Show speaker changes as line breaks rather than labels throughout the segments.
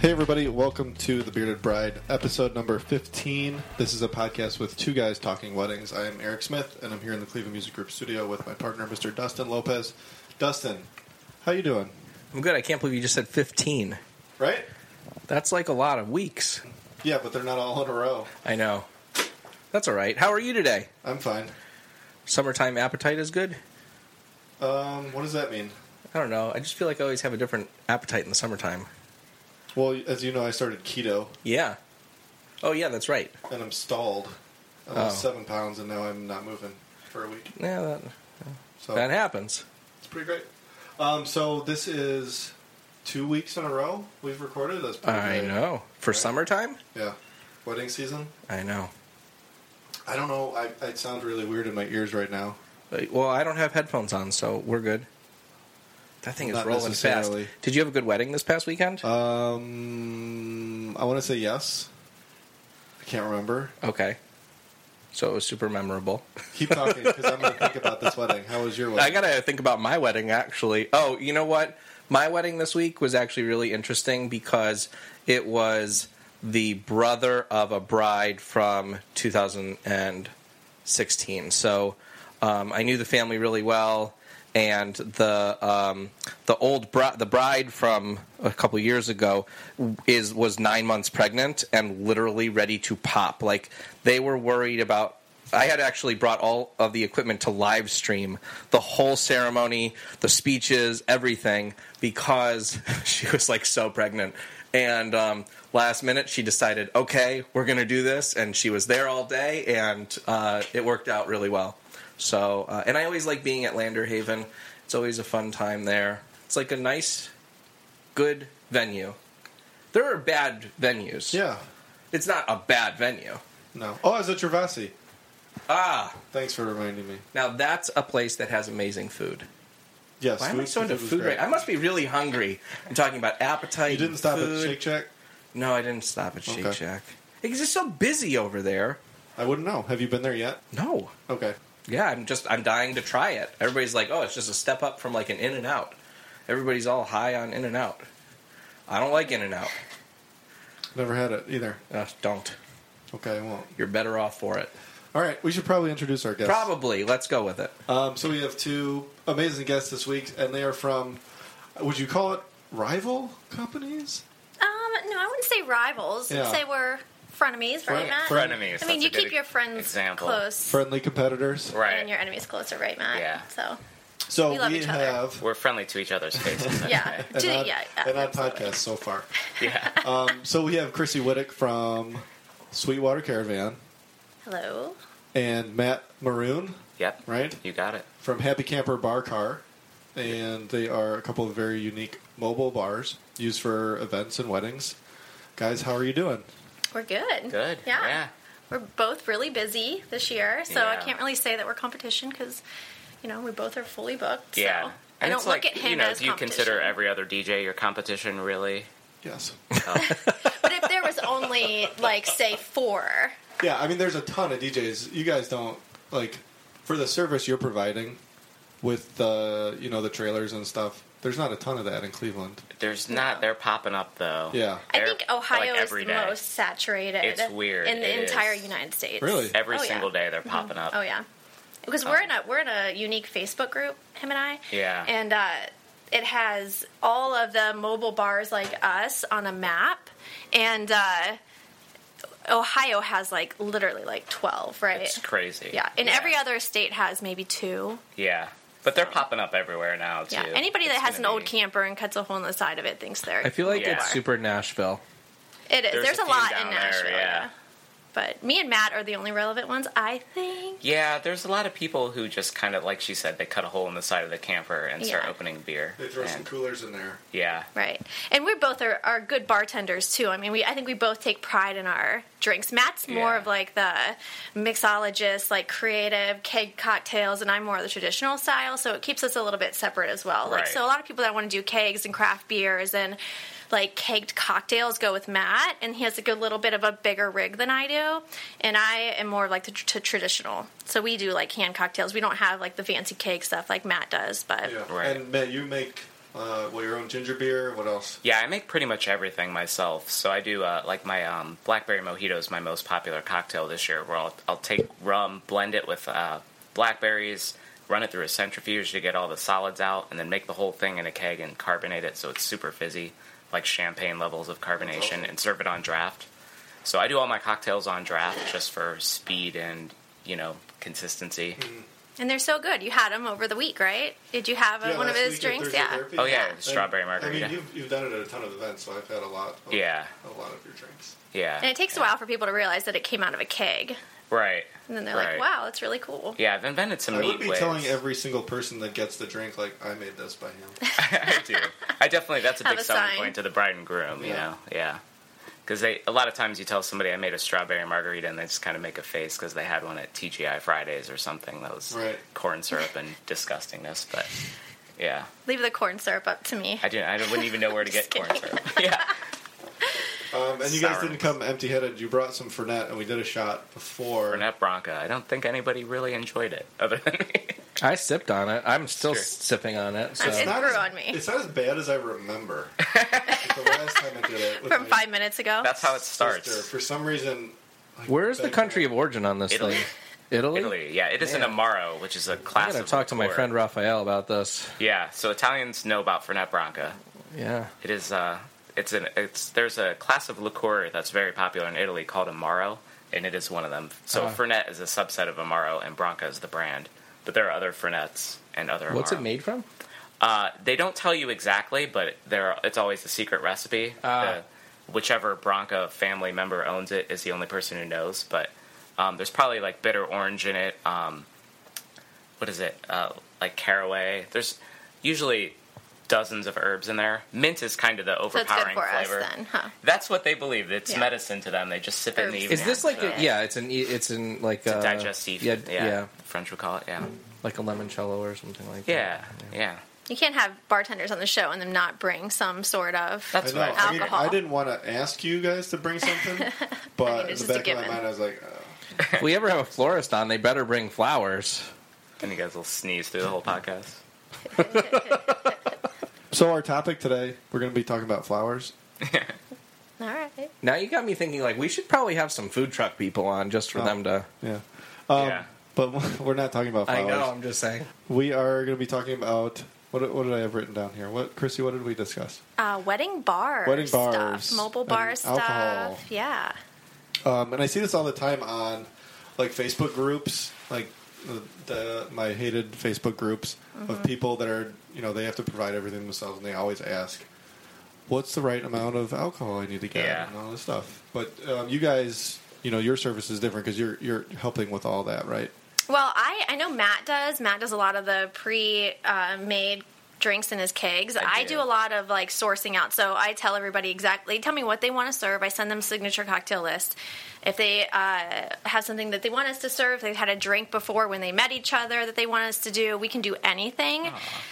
Hey, everybody, welcome to The Bearded Bride, episode number 15. This is a podcast with two guys talking weddings. I am Eric Smith, and I'm here in the Cleveland Music Group studio with my partner, Mr. Dustin Lopez. Dustin, how you doing?
I'm good. I can't believe you just said 15.
Right?
That's like a lot of weeks.
Yeah, but they're not all in a row.
I know. That's all right. How are you today?
I'm fine.
Summertime appetite is good?
Um, what does that mean?
I don't know. I just feel like I always have a different appetite in the summertime.
Well, as you know, I started keto,
Yeah. Oh, yeah, that's right.
and I'm stalled. I lost
Oh.
seven pounds, and now I'm not moving for a week.
Yeah, that,
So
that happens.
it's pretty great. Um, so this is two weeks in a row we've recorded. That's pretty
I
good.
know. For
Right.
summertime?
Yeah. Wedding season.
I know.
I don't know. I, I sound really weird in my ears right now.
Uh, Well, I don't have headphones on, so we're good. That thing is
Not
rolling fast.
necessarily. Uh-huh.
Did you have a good wedding this past weekend?
Um, I want to say yes. I can't remember.
okay. So it was super memorable.
Keep talking because I'm going to think about this wedding. How was your
I
wedding?
gotta think about my wedding actually. Oh, you know what? My wedding this week was actually really interesting because it was the brother of a bride from 2016. So um, I knew the family really well, and the um, the old bri- the bride from a couple years ago is was nine months pregnant and literally ready to pop. Like they were worried about I had actually brought all of the equipment to live stream the whole ceremony, the speeches, everything, because she was like so pregnant. And um, last minute, she decided, okay, we're going to do this. And she was there all day, and uh, it worked out really well. So, uh, and I always like being at Lander Haven. It's always a fun time there. It's like a nice, good venue. There are bad venues.
Yeah.
It's not a bad venue.
No. Oh, I was at Gervasi.
Ah,
Thanks for reminding me.
Now that's a place that has amazing food.
Yes.
Why am I so into
was
food
great.
right? I must be really hungry. I'm talking about appetite.
You didn't stop
food.
at Shake Shack?
No, I didn't stop at Shake
Okay.
Shack. It's just so busy over there.
I wouldn't know. Have you been there yet?
No.
Okay.
Yeah, I'm just I'm dying to try it. Everybody's like, oh, it's just a step up from like an In and Out. Everybody's all high on In and Out. I don't like In and Out.
Never had it either.
Ugh, don't.
Okay, I won't.
You're better off for it.
All right. We should probably introduce our guests.
Probably. Let's go with it.
Um, so we have two amazing guests this week, and they are from, would you call it rival companies?
Um, no, I wouldn't say rivals.
Yeah.
I'd say we're frenemies,
Fren-
right, Matt?
fren-
frenemies.
I mean,
That's
you
a good
keep your friends
example.
close
Friendly competitors.
and your
Right.
enemies closer, right, Matt?
Yeah.
So,
So
We love
we
each other.
have
We're friendly to each other's faces.
yeah.
and
Do-
on,
yeah,
and on
absolutely.
podcast so far.
yeah.
Um, so we have Chrissy Whittick from Sweetwater Caravan
Hello.
and Matt Maroon,
Yep.
right,
You got it.
from Happy Camper Bar Car, and they are a couple of very unique mobile bars used for events and weddings. Guys, how are you doing?
We're good.
Good.
Yeah.
Yeah.
We're both really busy this year, so I
Yeah.
can't really say that we're competition because, you know, we both are fully booked.
Yeah.
So I
And
don't
it's
look
like,
at him
you know,
as
do you consider
competition.
every other DJ your competition, really?
Yes.
But if there was only, like, say, four,
yeah, I mean, there's a ton of DJs. You guys don't like for the service you're providing with the you know the trailers and stuff. There's not a ton of that in Cleveland.
There's not. They're popping up though.
Yeah.
I
They're,
think Ohio
like,
is
every
the
day.
most saturated.
It's weird.
in the
It
entire
is.
United States.
Really?
Every
Oh, yeah.
single day they're popping up.
Oh yeah, because we're in a we're in a unique Facebook group, him and I.
Oh. Yeah.
and uh, it has all of the mobile bars like us on a map, and uh, Ohio has like literally like twelve, right?
It's crazy.
yeah, and every other state has maybe two.
Yeah. But they're popping up everywhere now too.
Yeah, anybody
It's
that has an
gonna
old
be-
camper and cuts a hole in the side of it thinks they're.
I feel like
Yeah.
it's super Nashville.
it is.
there's
There's,
a
a,
few
lot in
down there,
Nashville.
yeah.
yeah. But me and Matt are the only relevant ones, I think.
Yeah, there's a lot of people who just kind of, like she said, they cut a hole in the side of the camper and start
Yeah.
opening beer.
They throw some
And-
coolers in there.
Yeah.
Right. And we both are, are good bartenders too. I mean, we I think we both take pride in our drinks. Matt's more
Yeah.
of like the mixologist, like creative keg cocktails, and I'm more of the traditional style. So it keeps us a little bit separate as well. Like
Right.
so, a lot of people that want to do kegs and craft beers and like caked cocktails go with Matt, and he has like a little bit of a bigger rig than I do, and I am more of, like the tr- traditional. So we do like hand cocktails. We don't have like the fancy cake stuff like Matt does, but
Yeah.
Right.
And Matt, you make uh, well your own ginger beer. What else?
Yeah, I make pretty much everything myself. So I do uh, like my um, blackberry mojito is my most popular cocktail this year, where I'll, I'll take rum, blend it with uh, blackberries, run it through a centrifuge to get all the solids out, and then make the whole thing in a keg and carbonate it so it's super fizzy, like champagne levels of carbonation, and serve it on draft. So I do all my cocktails on draft just for speed and you know consistency.
Mm-hmm.
and they're so good. You had them over the week, right? Did you have uh
Yeah,
one of
last
his
week at
drinks?
Thursday
Yeah.
Therapy.
Oh yeah,
Yeah.
strawberry
I
margarita.
mean, you've, you've done it at a ton of events, so I've had a lot. Of,
Yeah.
a lot of your drinks.
yeah,
And it takes a while for people to realize that it came out of a keg,
right.
and then they're
Right.
like, "Wow, that's really cool."
Yeah, I've invented some
I
neat
would be
ways.
telling every single person that gets the drink, like I made this by hand.
I do. I definitely. That's a
Have
big
a
selling
sign.
point to the bride and groom. You
Yeah.
know, yeah. Because they a lot of times you tell somebody I made a strawberry margarita and they just kind of make a face because they had one at TGI Fridays or something that was
Right.
corn syrup and disgustingness. But yeah,
Leave the corn syrup up to me.
I do. I wouldn't even know where to
Just
get corn
kidding.
syrup. yeah,
Um, and you guys
Sour.
didn't come empty-headed. You brought some Fernet, and we did a shot before.
Burnett Bronca. I don't think anybody really enjoyed it other than me.
I sipped on it. I'm still
Sure.
sipping on it. So.
It grew
as,
on me.
It's not as bad as I remember. Like, the last time I did it with
From
my
five minutes ago.
That's how it starts.
sister, for some reason. like,
Where is the
back-
country of origin on this
Italy.
thing? Italy.
Italy. Yeah, it is
Yeah.
an amaro, which is a
I
class.
gotta
of
talk to my
liqueur.
friend Raphael about this.
Yeah, so Italians know about Fernet Branca.
Yeah.
It is. Uh, it's an. It's there's a class of liqueur that's very popular in Italy called amaro, and it is one of them. So
Ah.
Fernet is a subset of amaro, and Branca is the brand. But there are other Fernets and other.
What's it
Amaro.
made from?
Uh, they don't tell you exactly, but there. It's always a secret recipe.
Ah.
The- whichever Branca family member owns it is the only person who knows. But um, there's probably like bitter orange in it. Um, what is it? Uh, like caraway. There's usually dozens of herbs in there. Mint is kind of the
so it's good
overpowering
for
flavor.
us then, huh?
That's what they believe. It's
Yeah.
medicine to them. They just sip it in the
Herbs.
evening.
Is this like
so
a, yeah? It's an e- it's in like
it's
a
a digestive?
Yeah,
yeah,
yeah,
French would call it. Yeah,
like a limoncello or something like
yeah,
that.
yeah.
You can't have bartenders on the show and them not bring some sort of.
I
That's
know.
right.
I, mean,
Alcohol.
I didn't want to ask you guys to bring something, but
think it's
in the
just a
back of my
given.
mind, I was like, uh,
If we ever have a florist on, they better bring flowers.
And you guys will sneeze through the whole podcast.
So our topic today, we're going to be talking about flowers.
All right.
Now you got me thinking. Like we should probably have some food truck people on just for
Oh.
them to.
Yeah. Um,
Yeah.
But we're not talking about flowers.
I know. I'm just saying.
We are going to be talking about what, what did I have written down here? What, Chrissy? What did we discuss?
Uh, wedding bars.
Wedding bars
Stuff, mobile
and
bar stuff.
alcohol.
Yeah.
Um, and I see this all the time on like Facebook groups, like the, the, my hated Facebook groups
Mm-hmm.
of people that are you know they have to provide everything themselves, and they always ask, "What's the right amount of alcohol I need to get?"
Yeah.
and all this stuff. But um, you guys, you know, your service is different because you're you're helping with all that, right?
Well, I, I know Matt does. Matt does a lot of the pre uh, made drinks in his kegs. I,
do.
do a lot of like sourcing out. So I tell everybody exactly, tell me what they want to serve. I send them a signature cocktail list. If they uh, have something that they want us to serve, they've had a drink before when they met each other that they want us to do, we can do anything.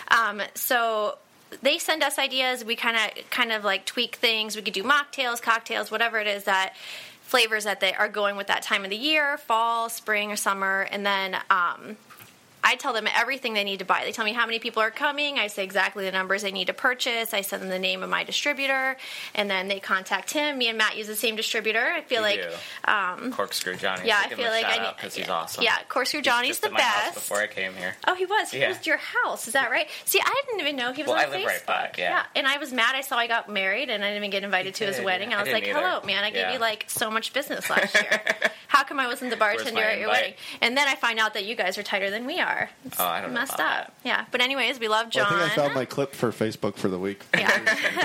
Um, so they send us ideas. We kind of kind of like tweak things. We could do mocktails, cocktails, whatever it is that flavors that they are going with that time of the year, fall, spring, or summer, and then. Um, I tell them everything they need to buy. They tell me how many people are coming. I say exactly the numbers they need to purchase. I send them the name of my distributor, and then they contact him. Me and Matt use the same distributor. I feel like,
um, corkscrew Johnny.
yeah,
So
I
give
feel
him a
like
shout
I need
because he's awesome.
Yeah, Corkscrew Johnny's
Just
the
at my house
best.
Before I came here,
Oh, he was. He
Yeah.
was at your house. Is that right? See, I didn't even know he was
Well,
on
I live right
Facebook.
by, yeah.
and I was mad. I saw I got married, and I didn't even get invited to his
did.
wedding. I
I
was
didn't
like,
either.
"Hello, man! I gave
Yeah.
you like so much business last year. How come I wasn't the
Where's
bartender
my
at your
invite?
wedding?" And then I find out that you guys are tighter than we are. It's
Oh, I don't know
messed
about
up. Yeah, but anyways, we love
Well,
John.
I think I found my clip for Facebook for the week.
yeah.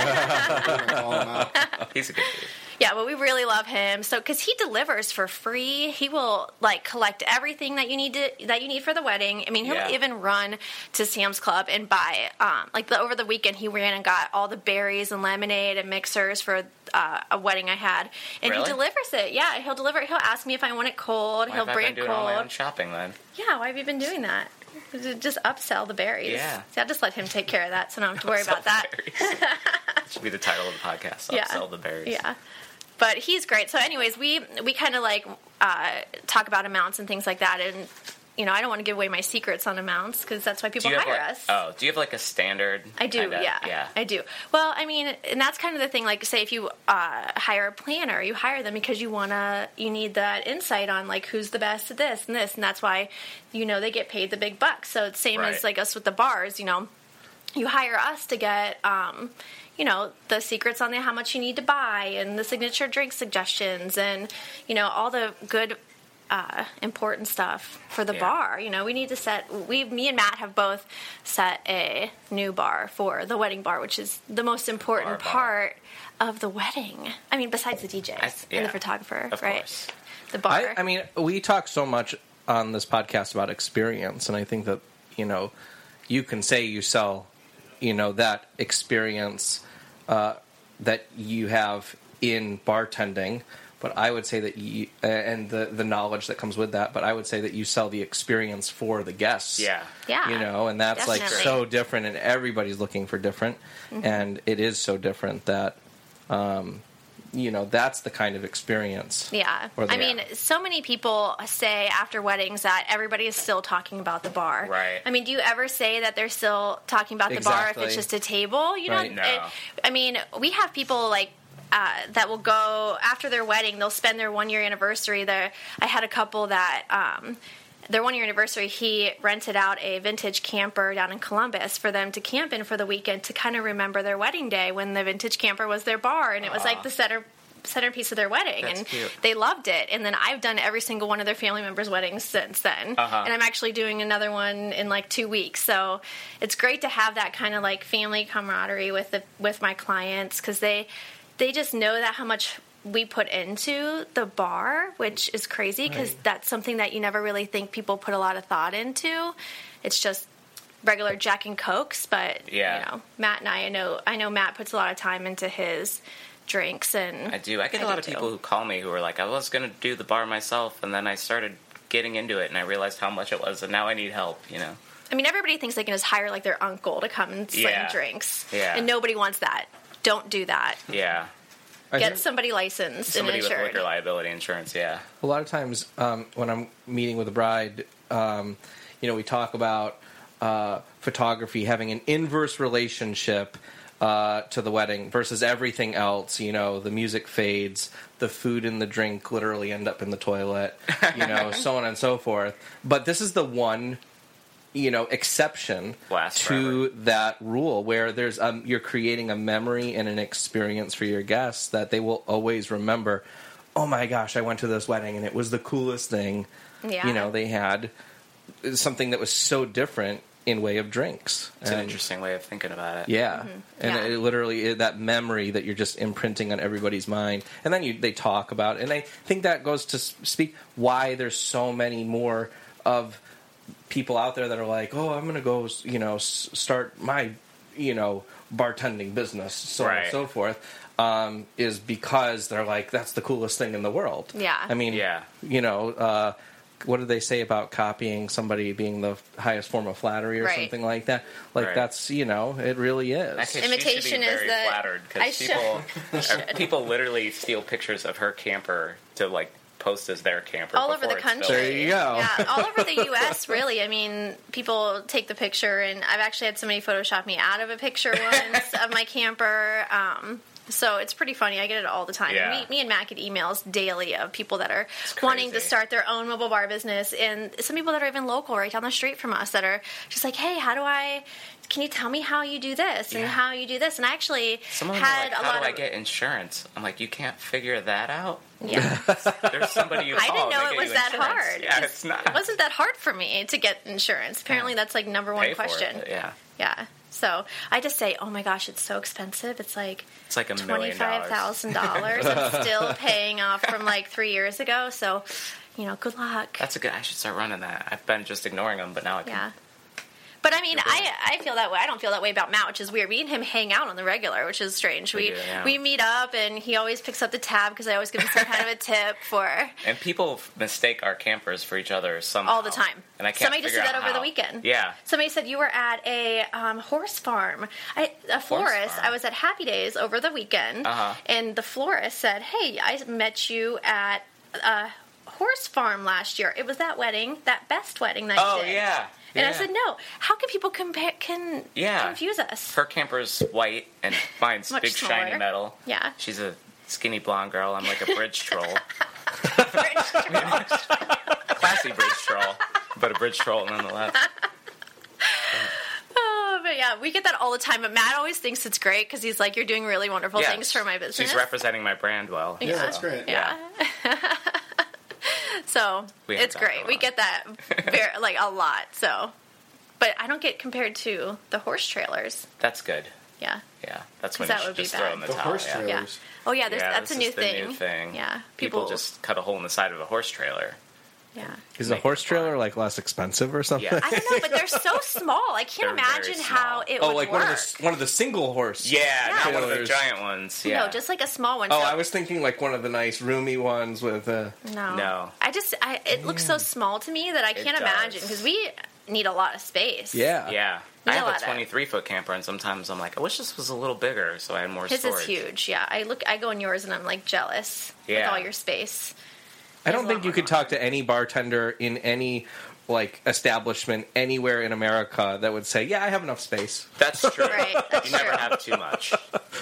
I'm gonna call them out.
Oh, he's a good dude.
Yeah, but we really love him. So cuz he delivers for free. He will like collect everything that you need to that you need for the wedding. I mean, he'll
Yeah.
even run to Sam's Club and buy um like the, over the weekend he ran and got all the berries and lemonade and mixers for uh, a wedding I had. And
Really?
he delivers it. Yeah, he'll deliver it. He'll ask me if I want it cold.
Why
he'll
have I
bring
been
it
doing all my own
cold.
shopping then?
Yeah, why have you been doing that? Just upsell the berries.
Yeah.
See, I'll just let him take care of that so I don't have to worry
So
about that.
hilarious. Should be the title of the podcast. I'll
Yeah.
sell the berries.
Yeah. But he's great. So, anyways, we we kind of like uh, talk about amounts and things like that. And you know, I don't want to give away my secrets on amounts because that's why people
Do you have
hire
like,
us.
oh, do you have like a standard?
I do,
kinda-
yeah,
yeah.
I do. Well, I mean, and that's kind of the thing. Like, say if you uh, hire a planner, you hire them because you wanna, you need that insight on like who's the best at this and this, and that's why, you know, they get paid the big bucks. So it's same
Right.
as like us with the bars. You know, you hire us to get, um, you know, the secrets on the, how much you need to buy and the signature drink suggestions and you know all the good uh, important stuff for the
Yeah.
bar. You know, we need to set. We, me and Matt have both set a new bar for the wedding bar, which is the most important
Bar, bar.
part of the wedding. I mean, besides the DJs
I-
and
yeah.
the photographer,
Of
right?
course.
The bar.
I, I mean, we talk so much on this podcast about experience, and I think that you know, you can say you sell, you know, that experience uh, that you have in bartending. But I would say that you uh, and the the knowledge that comes with that. But I would say that you sell the experience for the guests.
Yeah.
Yeah,
you know, and that's like
definitely. Mm-hmm.
so different, and everybody's looking for different, and it is so different that. Um, you know that's the kind of experience
Yeah.
Or the-
I mean, so many people say after weddings that everybody is still talking about the bar.
Right.
I mean, do you ever say that they're still talking about the bar if
Exactly.
it's just a table? You
Right.
know,
No.
I mean, we have people like uh, that will go after their wedding. They'll spend their one year anniversary there. I had a couple that. Um, their one year anniversary, he rented out a vintage camper down in Columbus for them to camp in for the weekend to kind of remember their wedding day when the vintage camper was their bar and it was like the center centerpiece of their wedding
That's
and
cute.
they loved it and then I've done every single one of their family members' weddings since then
Uh-huh.
and I'm actually doing another one in like 2 weeks so it's great to have that kind of like family camaraderie with the with my clients cuz they they just know that how much we put into the bar, which is crazy because
Right.
that's something that you never really think people put a lot of thought into. It's just regular Jack and Cokes, but
Yeah.
you know, Matt and I, I know I know Matt puts a lot of time into his drinks and
I do. I get a
I
lot
do
of
too.
people who call me who are like, I was going to do the bar myself, and then I started getting into it, and I realized how much it was, and now I need help, you know?
I mean, everybody thinks they can just hire like their uncle to come and sling
Yeah.
drinks,
Yeah.
and nobody wants that. Don't do that.
Yeah.
I
Get
think-
somebody licensed
Somebody
and
with
insured.
liquor liability insurance, yeah.
a lot of times um, when I'm meeting with a bride, um, you know, we talk about uh, photography having an inverse relationship uh, to the wedding versus everything else. You know, the music fades, the food and the drink literally end up in the toilet, you know, so on and so forth. But this is the one you know exception
Lasts
to that rule where there's um you're creating a memory and an experience for your guests that they will always remember oh my gosh i went to this wedding and it was the coolest thing
Yeah.
you know they had something that was so different in way of drinks
It's an
And-
interesting way of thinking about it.
yeah and
Mm-hmm. Yeah.
It literally it- that memory that you're just imprinting on everybody's mind and then you they talk about it. and i think that goes to s- speak why there's so many more of people out there that are like, "Oh, I'm going to go, s- you know, s- start my, you know, bartending business," so on
Right.
and so forth, um, is because they're like, "That's the coolest thing in the world."
Yeah.
I mean,
Yeah.
you know, uh, what do they say about copying somebody being the highest form of flattery or
Right.
something like that? Like
Right.
that's you know, it really is.
Actually, she should
Imitation
be
is
very
the-
flattered
I
because
should-
people are- people literally steal pictures of her camper to like post as their camper
all over the
before it's built.
country.
There you go.
Yeah, all over the U.S. Really, I mean, people take the picture, and I've actually had somebody Photoshop me out of a picture once of my camper. Um, so it's pretty funny. I get it all the time.
Yeah.
Me, me and Mac get emails daily of people that are wanting to
crazy.
start their own mobile bar business, and some people that are even local, right down the street from us, that are just like, "Hey, how do I? Can you tell me how you do this and
Yeah.
how you do this?" And I actually
Someone
had
had like,
a
how
lot
do
of
I get insurance? I'm like, you can't figure that out.
yeah.
There's somebody you
I
call.
didn't
and
know
they
it
get
was
you
that
insurance.
hard.
Yeah,
It's-
it's not.
It wasn't that hard for me to get insurance. Apparently, that's like number one
Pay for it,
question.
Yeah,
Yeah. So I just say, oh my gosh, it's so expensive. It's like
it's like a
twenty
million
five
dollars.
thousand dollars. I'm still paying off from like three years ago. So, you know, good luck.
That's a good. I should start running that. I've been just ignoring them, but now I can.
Yeah. But I mean, I I feel that way. I don't feel that way about Matt, which is weird. Me and him hang out on the regular, which is strange. We
do, yeah.
we meet up, and he always picks up the tab because I always give him some kind of a tip for.
And people f- mistake our campers for each other somehow.
all the time.
And I can't
Somebody just did
figure
that
out
over the
how.
weekend.
Yeah.
Somebody said you were at a um, horse farm, I, a florist.
farm.
I was at Happy Days over the weekend,
Uh-huh.
and the florist said, "Hey, I met you at a horse farm last year. It was that wedding, that best wedding that
Oh,
you did."
yeah.
And I
Yeah.
said, "No. How can people compare? Can
Yeah.
confuse us?
Her camper's white and mine's
Much
big
smaller.
shiny metal.
Yeah.
She's a skinny blonde girl. I'm like a bridge troll. Classy bridge troll, but a bridge troll nonetheless.
Oh, but yeah, we get that all the time. But Matt always thinks it's great because he's like, "You're doing really wonderful
Yeah,
things for my business."
She's representing my brand well.
Yeah, that's great.
Yeah. so
We have
it's
that
great.
going
We
on.
get that ver- like a lot. So, but I don't get compared to the horse trailers.
That's good.
Yeah.
Yeah, that's when
That
you
would
should
be
just
bad.
throw in the,
The
towel.
horse
yeah.
trailer.
Yeah.
Trailers.
Oh yeah. There's
Yeah,
that's a
this
new
is the
thing.
new thing.
Yeah.
People, just cut a hole in the side of a horse trailer.
Yeah.
Is a horse trailer like less expensive or something?
Yeah.
I don't know, but they're so small. I can't
They're very
imagine how
small.
it
oh,
would
like
work.
one of the one of the single horse.
Yeah, not one of the
Trailers.
giant ones. Yeah,
No, just like a small one.
Oh,
So-
I was thinking like one of the nice roomy ones with. Uh,
No.
No.
I just I, it looks so small to me that I can't
does.
imagine because we need a lot of space.
yeah.
yeah.
Yeah,
I
a lot
have
of-
a 23 foot camper, and sometimes I'm like, I wish this was a little bigger, so I had more
His
storage.
is huge. Yeah. I look I go in yours and I'm like jealous with
Yeah.
all your space.
I
There's
don't
a
think
lot
you could talk to any bartender in any like establishment anywhere in America that would say, "Yeah, I have enough space."
That's true.
Right.
You
That's
never
true.
have too much.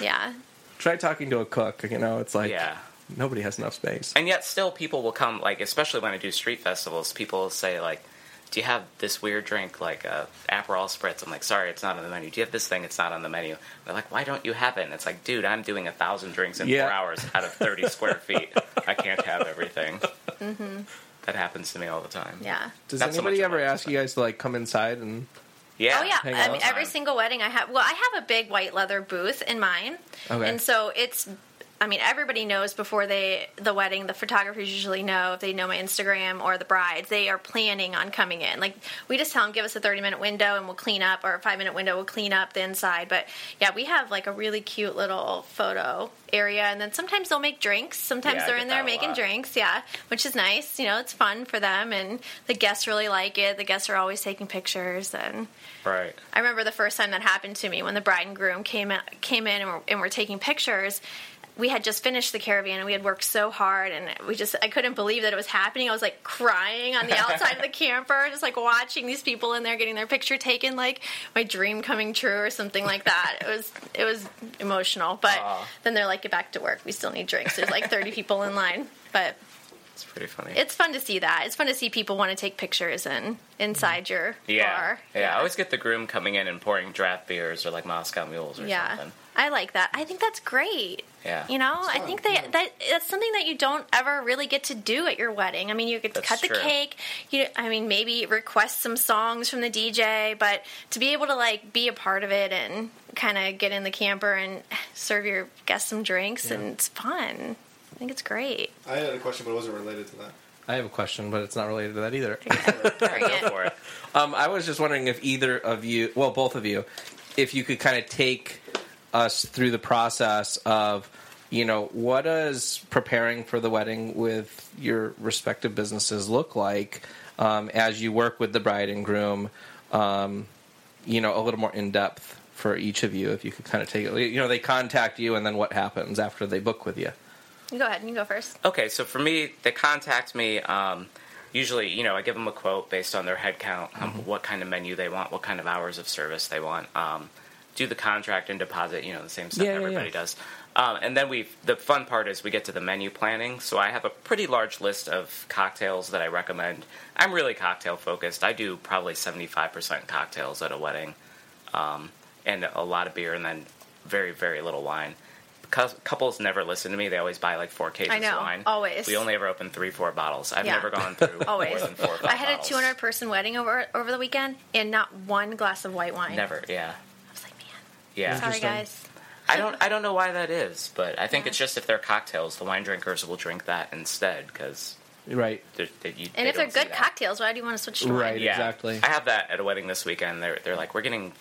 Yeah.
Try talking to a cook. You know, it's like
Yeah.
nobody has enough space.
And yet, still, people will come, like, especially when I do street festivals, people will say, like, do you have this weird drink, like uh, Aperol Spritz? I'm like, sorry, it's not on the menu. Do you have this thing? It's not on the menu. They're like, why don't you have it? And it's like, dude, I'm doing a thousand drinks in
Yeah.
four hours out of 30 square feet. I can't have everything. That happens to me all the time.
Mm-hmm. Yeah.
Does
Not so
anybody
much
ever
about
ask you guys to like come inside and?
Yeah.
Oh yeah,
hang
I
out.
mean, every single wedding I have. Well, I have a big white leather booth in mine,
Okay.
and so it's. I mean, everybody knows before they the wedding. The photographers usually know if they know my Instagram or the brides. They are planning on coming in. Like we just tell them, give us a thirty minute window, and we'll clean up, or a five minute window, we'll clean up the inside. But yeah, we have like a really cute little photo area, and then sometimes they'll make drinks. Sometimes
Yeah, I
they're
get
in there
that a
making
lot.
drinks drinks, yeah, which is nice. You know, it's fun for them, and the guests really like it. The guests are always taking pictures, and
Right.
I remember the first time that happened to me when the bride and groom came in, came in and were, and were taking pictures. We had just finished the caravan and we had worked so hard and we just I couldn't believe that it was happening. I was like crying on the outside of the camper, just like watching these people in there getting their picture taken, like my dream coming true or something like that. It was it was emotional. But
Aw.
then they're like, get back to work. We still need drinks. There's like thirty people in line. But
It's pretty funny.
it's fun to see that. It's fun to see people want to take pictures and inside your
yeah.
bar.
yeah. I always get the groom coming in and pouring draft beers or like Moscow mules or
Yeah,
something.
I like that. I think that's great.
Yeah.
You know, I think they, that that's something that you don't ever really get to do at your wedding. I mean, you could
That's
cut the
true.
cake. You, I mean, maybe request some songs from the DJ, but to be able to like be a part of it and kind of get in the camper and serve your guests some drinks and it's fun. I think it's great.
I had a question, but it wasn't related to that.
I have a question, but it's not related to that either.
Bring
Go
it.
for it.
Um, I was just wondering if either of you, well, both of you, if you could kind of take us through the process of, you know, what does preparing for the wedding with your respective businesses look like um, as you work with the bride and groom, um, you know, a little more in depth for each of you, if you could kind of take it. You know, they contact you, and then what happens after they book with you?
You go ahead. You go first.
Okay, so for me, they contact me. Um, usually, you know, I give them a quote based on their head count, um, what kind of menu they want, what kind of hours of service they want. Um, do the contract and deposit, you know, the same stuff
Yeah, yeah, yeah.
everybody does. Um, and then we, the fun part is we get to the menu planning. So I have a pretty large list of cocktails that I recommend. I'm really cocktail focused. I do probably 75% cocktails at a wedding and a lot of beer and then very very little wine. Cous- Couples never listen to me. They always buy like four cases
I know,
of wine.
always.
We only ever open three, four bottles. I've
Yeah.
never gone through
Always.
more than four. or five
I had a
bottles.
200 person wedding over over the weekend and not one glass of white wine.
Never. Yeah.
I was like, man,
Yeah.
sorry
Interesting.
guys.
I don't. I don't know why that is, but I think
Yeah.
it's just if they're cocktails, the wine drinkers will drink that instead because
Right.
They're- they- you-
And
they
if they're
don't see
good
that.
cocktails, why do you want to switch to
Right.
wine?
Yeah,
Exactly.
I have that at a wedding this weekend. They're they're like, we're getting,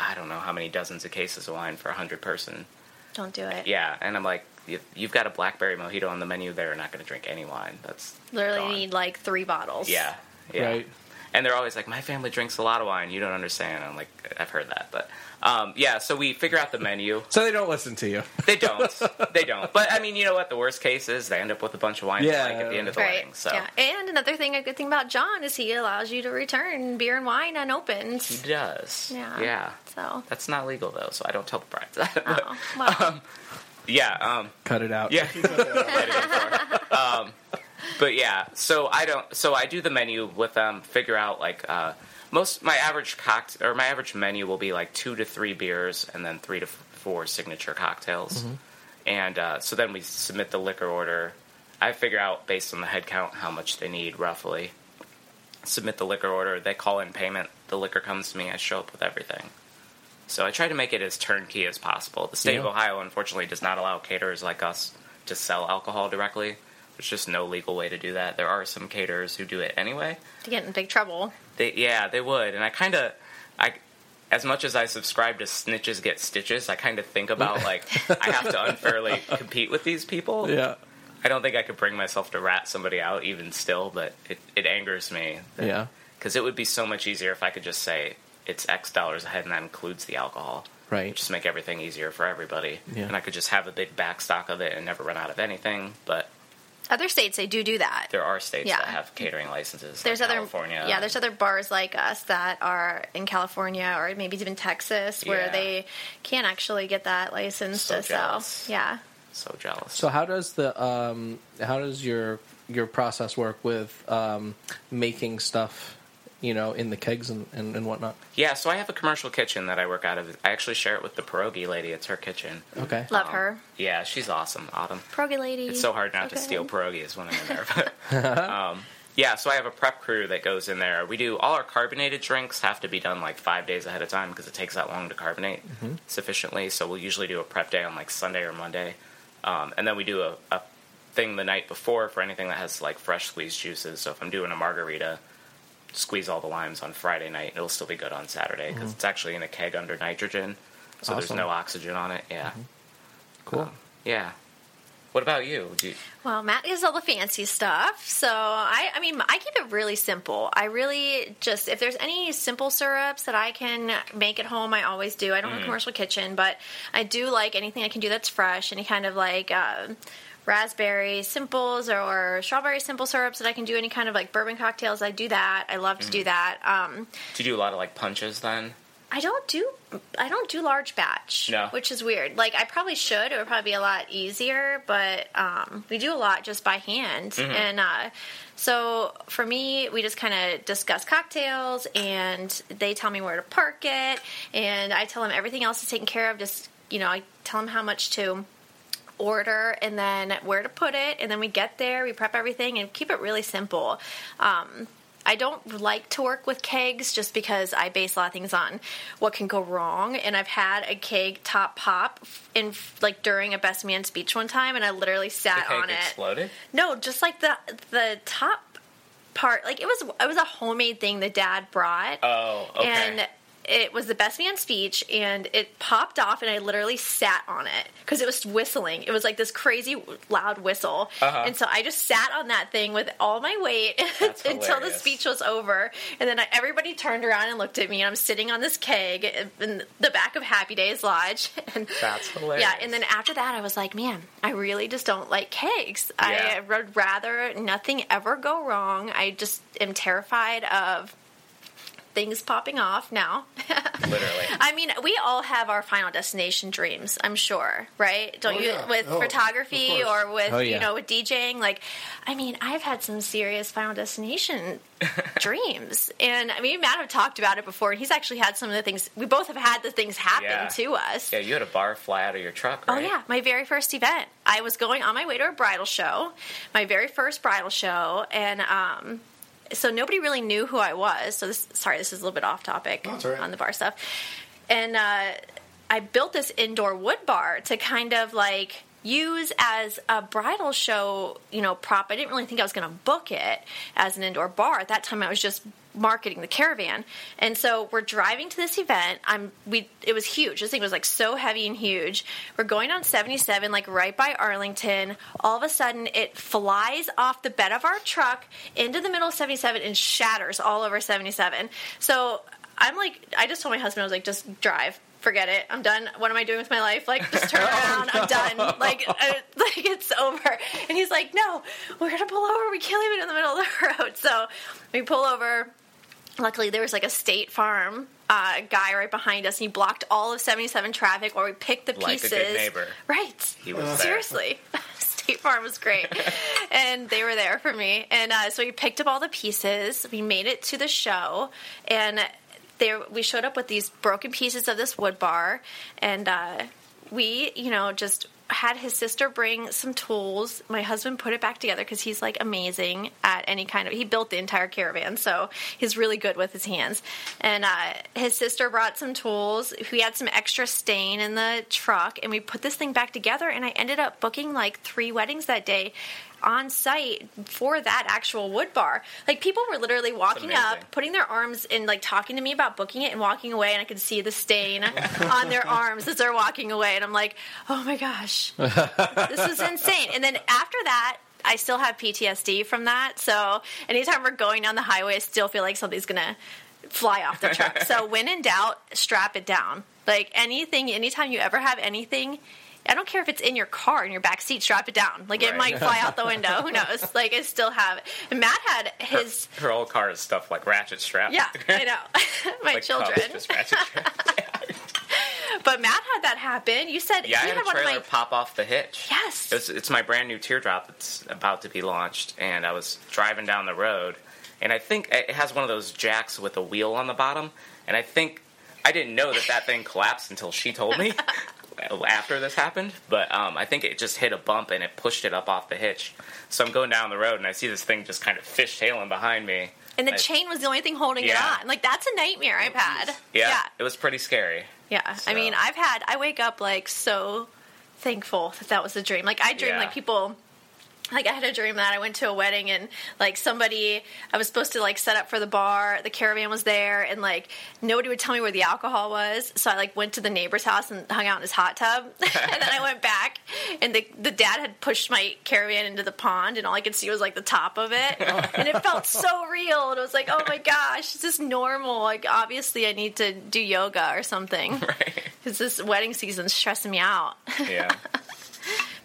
I don't know how many dozens of cases of wine for a hundred person.
Don't do it.
Yeah, and I'm like, you, you've got a blackberry mojito on the menu. They're not going to drink any wine. That's
Literally
gone.
need like three bottles.
Yeah, yeah.
Right.
And they're always like, my family drinks a lot of wine. You don't understand. I'm like, I've heard that, but um, yeah. So we figure out the menu.
So they don't listen to you.
They don't. they don't. But I mean, you know what? The worst case is they end up with a bunch of wine.
Yeah.
like at the end of the
Right.
wedding. So
Yeah. And another thing, a good thing about John is he allows you to return beer and wine unopened.
he does.
Yeah.
Yeah.
So.
That's not legal though, so I don't tell the brides that. but,
Oh, well,
yeah. Um,
Cut it out.
yeah.
uh,
Um, but yeah, so I don't. So I do the menu with them. Figure out like uh, most my average cocktail or my average menu will be like two to three beers and then three to f- four signature cocktails, and uh, so then we submit the liquor order. I figure out based on the head count how much they need roughly. Submit the liquor order. They call in payment. The liquor comes to me. I show up with everything. So I try to make it as turnkey as possible. The state of
Yeah.
Ohio unfortunately does not allow caterers like us to sell alcohol directly. There's just no legal way to do that. There are some caterers who do it anyway.
to get in big trouble.
They yeah, they would. And I kind of I as much as I subscribe to snitches get stitches, I kind of think about like I have to unfairly compete with these people.
Yeah.
I don't think I could bring myself to rat somebody out even still, but it, it angers me
Yeah.
because it would be so much easier if I could just say it's X dollars ahead and that includes the alcohol.
Right.
Just make everything easier for everybody.
Yeah.
And I could just have a big back stock of it and never run out of anything. But
Other states, they do do that.
there are states
Yeah.
that have catering licenses.
there's
like
other
California.
yeah there's other bars like us that are in california or maybe even texas where
Yeah.
they can't actually get that license
So
to
jealous.
sell yeah
so jealous.
So how does the um, how does your your process work with um, making stuff, you know, in the kegs and, and, and whatnot?
yeah, so I have a commercial kitchen that I work out of. I actually share it with the pierogi lady. It's her kitchen.
Okay.
love
Um,
her
Yeah, she's awesome, Autumn.
pierogi lady
It's so hard not to
Okay.
steal pierogies when I'm in there. But, um, yeah, so I have a prep crew that goes in there. We do all our carbonated drinks have to be done like five days ahead of time because it takes that long to carbonate
Mm-hmm.
sufficiently. So we'll usually do a prep day on like Sunday or Monday, um, and then we do a, a thing the night before for anything that has like fresh squeezed juices. So if I'm doing a margarita. Squeeze all the limes on Friday night. It'll still be good on Saturday because it's actually in a keg under nitrogen, so there's
Mm-hmm. Awesome. Mm-hmm.
no oxygen on it. Yeah, Um,
Cool.
yeah. What about you? Do you
Well, Matt is all the fancy stuff. So I, I mean, I keep it really simple. I really just, if there's any simple syrups that I can make at home, I always do. I don't have a commercial kitchen, but I do like anything I can do that's fresh, any kind of like, um, Raspberry simples or, or strawberry simple syrups that I can do any kind of like bourbon cocktails. I do that. I love to do that. Um,
Do you do a lot of like punches then?
I don't do I don't do large batch,
No.
which is weird. Like I probably should; it would probably be a lot easier. But um, we do a lot just by hand, and uh, so for me, we just kind of discuss cocktails, and they tell me where to park it, and I tell them everything else is taken care of. Just you know, I tell them how much to order and then where to put it and then we get there we prep everything and keep it really simple um, i don't like to work with kegs just because i base a lot of things on what can go wrong and i've had a keg top pop in like during a best man speech one time and i literally
The
sat
cake
on it
exploded.
no, just like the the top part. Like it was it was a homemade thing that dad brought.
Oh, okay.
And it was the best man speech and it popped off and I literally sat on it cuz it was whistling. It was like this crazy loud whistle.
Uh-huh.
And so I just sat on that thing with all my weight
That's
until the
hilarious.
speech was over and then I, everybody turned around and looked at me and I'm sitting on this keg in the back of Happy Days Lodge and
That's hilarious.
yeah, and then after that, I was like, man, I really just don't like cakes.
Yeah.
I would rather nothing ever go wrong. I just am terrified of things popping off now.
literally.
I mean, we all have our final destination dreams, I'm sure, right? Don't
Oh,
you?
yeah.
With
Oh,
photography
of course.
or with,
Oh, yeah.
you know, with DJing. Like, I mean, I've had some serious final destination dreams. And I mean, me and Matt have talked about it before, and he's actually had some of the things, we both have had the things happen
Yeah.
to us.
Yeah, you had a bar fly out of your truck, right?
Oh yeah, my very first event. I was going on my way to a bridal show, my very first bridal show, and um, so nobody really knew who I was. So this, sorry, this is a little bit off topic
No, it's all right.
on the bar stuff. And uh, I built this indoor wood bar to kind of like use as a bridal show, you know, prop. I didn't really think I was going to book it as an indoor bar. At that time, I was just marketing the caravan. And so we're driving to this event. I'm we it was huge. This thing was like so heavy and huge. We're going on 77 like right by Arlington. All of a sudden it flies off the bed of our truck into the middle of 77 and shatters all over 77. So I'm like I just told my husband I was like just drive. Forget it. I'm done. What am I doing with my life? Like, just turn around. I'm
Oh,
done. Like, I, like it's over. And he's like, "No, we're gonna pull over. We can't leave it in the middle of the road." So we pull over luckily there was like a state farm uh, guy right behind us and he blocked all of 77 traffic while we picked the
Like a
pieces
good neighbor.
right
He was there.
seriously state farm was great and they were there for me and uh, so we picked up all the pieces we made it to the show and there we showed up with these broken pieces of this wood bar and uh, we you know just had his sister bring some tools. My husband put it back together because he's like amazing at any kind of. He built the entire caravan, so he's really good with his hands. And uh, his sister brought some tools. We had some extra stain in the truck, and we put this thing back together. And I ended up booking like three weddings that day on site for that actual wood bar. Like people were literally walking
amazing.
up, putting their arms in, like talking to me about booking it and walking away, and I could see the stain on their arms as they're walking away. And I'm like, oh my gosh, this is insane. And then after that, I still have PTSD from that. So anytime we're going down the highway, I still feel like something's gonna fly off the truck. so when in doubt, strap it down. Like anything, anytime you ever have anything. I don't care if it's in your car in your back seat, strap it down. Like it
Right.
might fly out the window. Who knows? Like I still have. And Matt had his
Her old car is stuff like ratchet strap.
yeah, I know. My
like
children.
cuffs, just ratchet strap.
But Matt had that happen. You said
Yeah, I
he
had a
one of my
trailer pop off the hitch.
Yes.
It was, it's my brand new teardrop that's about to be launched, and I was driving down the road, and I think it has one of those jacks with a wheel on the bottom, and I think I didn't know that that thing collapsed until she told me after this happened, but um, I think it just hit a bump and it pushed it up off the hitch. So I'm going down the road, and I see this thing just kind of fishtailing behind me.
and the
I-
chain was the only thing holding
Yeah.
it on. Like that's a nightmare I've had.
Yeah,
yeah.
it was pretty scary.
Yeah. I mean,
So-
I've had. I wake up like so thankful that that was a dream. Like I dream
Yeah.
like people. Like I had a dream that I went to a wedding and like somebody I was supposed to like set up for the bar, the caravan was there and like nobody would tell me where the alcohol was. So I like went to the neighbor's house and hung out in his hot tub. and then I went back and the the dad had pushed my caravan into the pond and all I could see was like the top of it. and it felt so real and I was like, "Oh my gosh, is this normal? Like obviously I need to do yoga or something." Cuz this wedding season's stressing me out.
Yeah.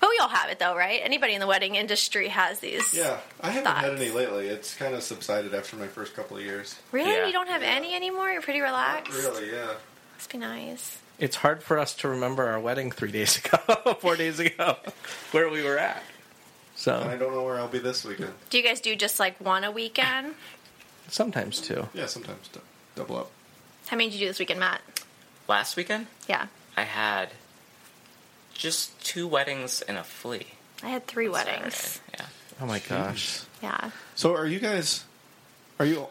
But we all have it though, right? Anybody in the wedding industry has these.
Yeah, I haven't had
Thoughts?
any lately. It's kind of subsided after my first couple of years.
Really?
Yeah.
You don't have any anymore? You're pretty relaxed?
Really, yeah.
Must be nice.
It's hard for us to remember our wedding three days ago, four days ago, where we were at.
And I
So
don't know where I'll be this weekend.
Do you guys do just like one a weekend?
sometimes too.
Yeah, sometimes d- double up.
How many did you do this weekend, Matt?
Last weekend,
Yeah.
I had just two weddings and a flea.
I had three weddings.
Saturday. Yeah.
Oh my gosh.
Yeah.
So, are you guys? Are you?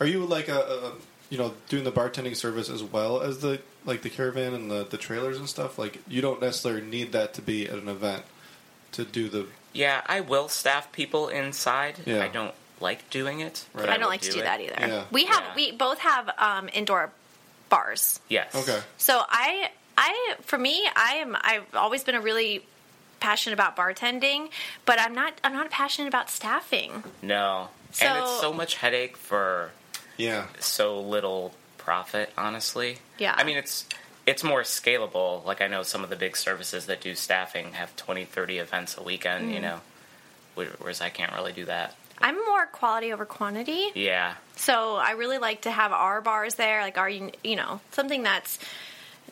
Are you like a, a you know doing the bartending service as well as the like the caravan and the the trailers and stuff? Like you don't necessarily need that to be at an event to do the
Yeah, I will staff people inside.
Yeah.
I don't like doing it. but
Right.
I don't
will
like to do
it.
that either.
Yeah.
We have
Yeah.
we both have um, indoor bars.
Yes.
okay.
So I I for me I am I've always been a really passionate about bartending, but I'm not I'm not passionate about staffing.
No. and it's
So-
so much headache for
Yeah,
so little profit, honestly.
Yeah.
I mean, it's it's more scalable. Like I know some of the big services that do staffing have 20, 30 events a weekend,
Mm.
you know. wh- Whereas I can't really do that.
I'm more quality over quantity.
Yeah.
So I really like to have our bars there, like our you you know something that's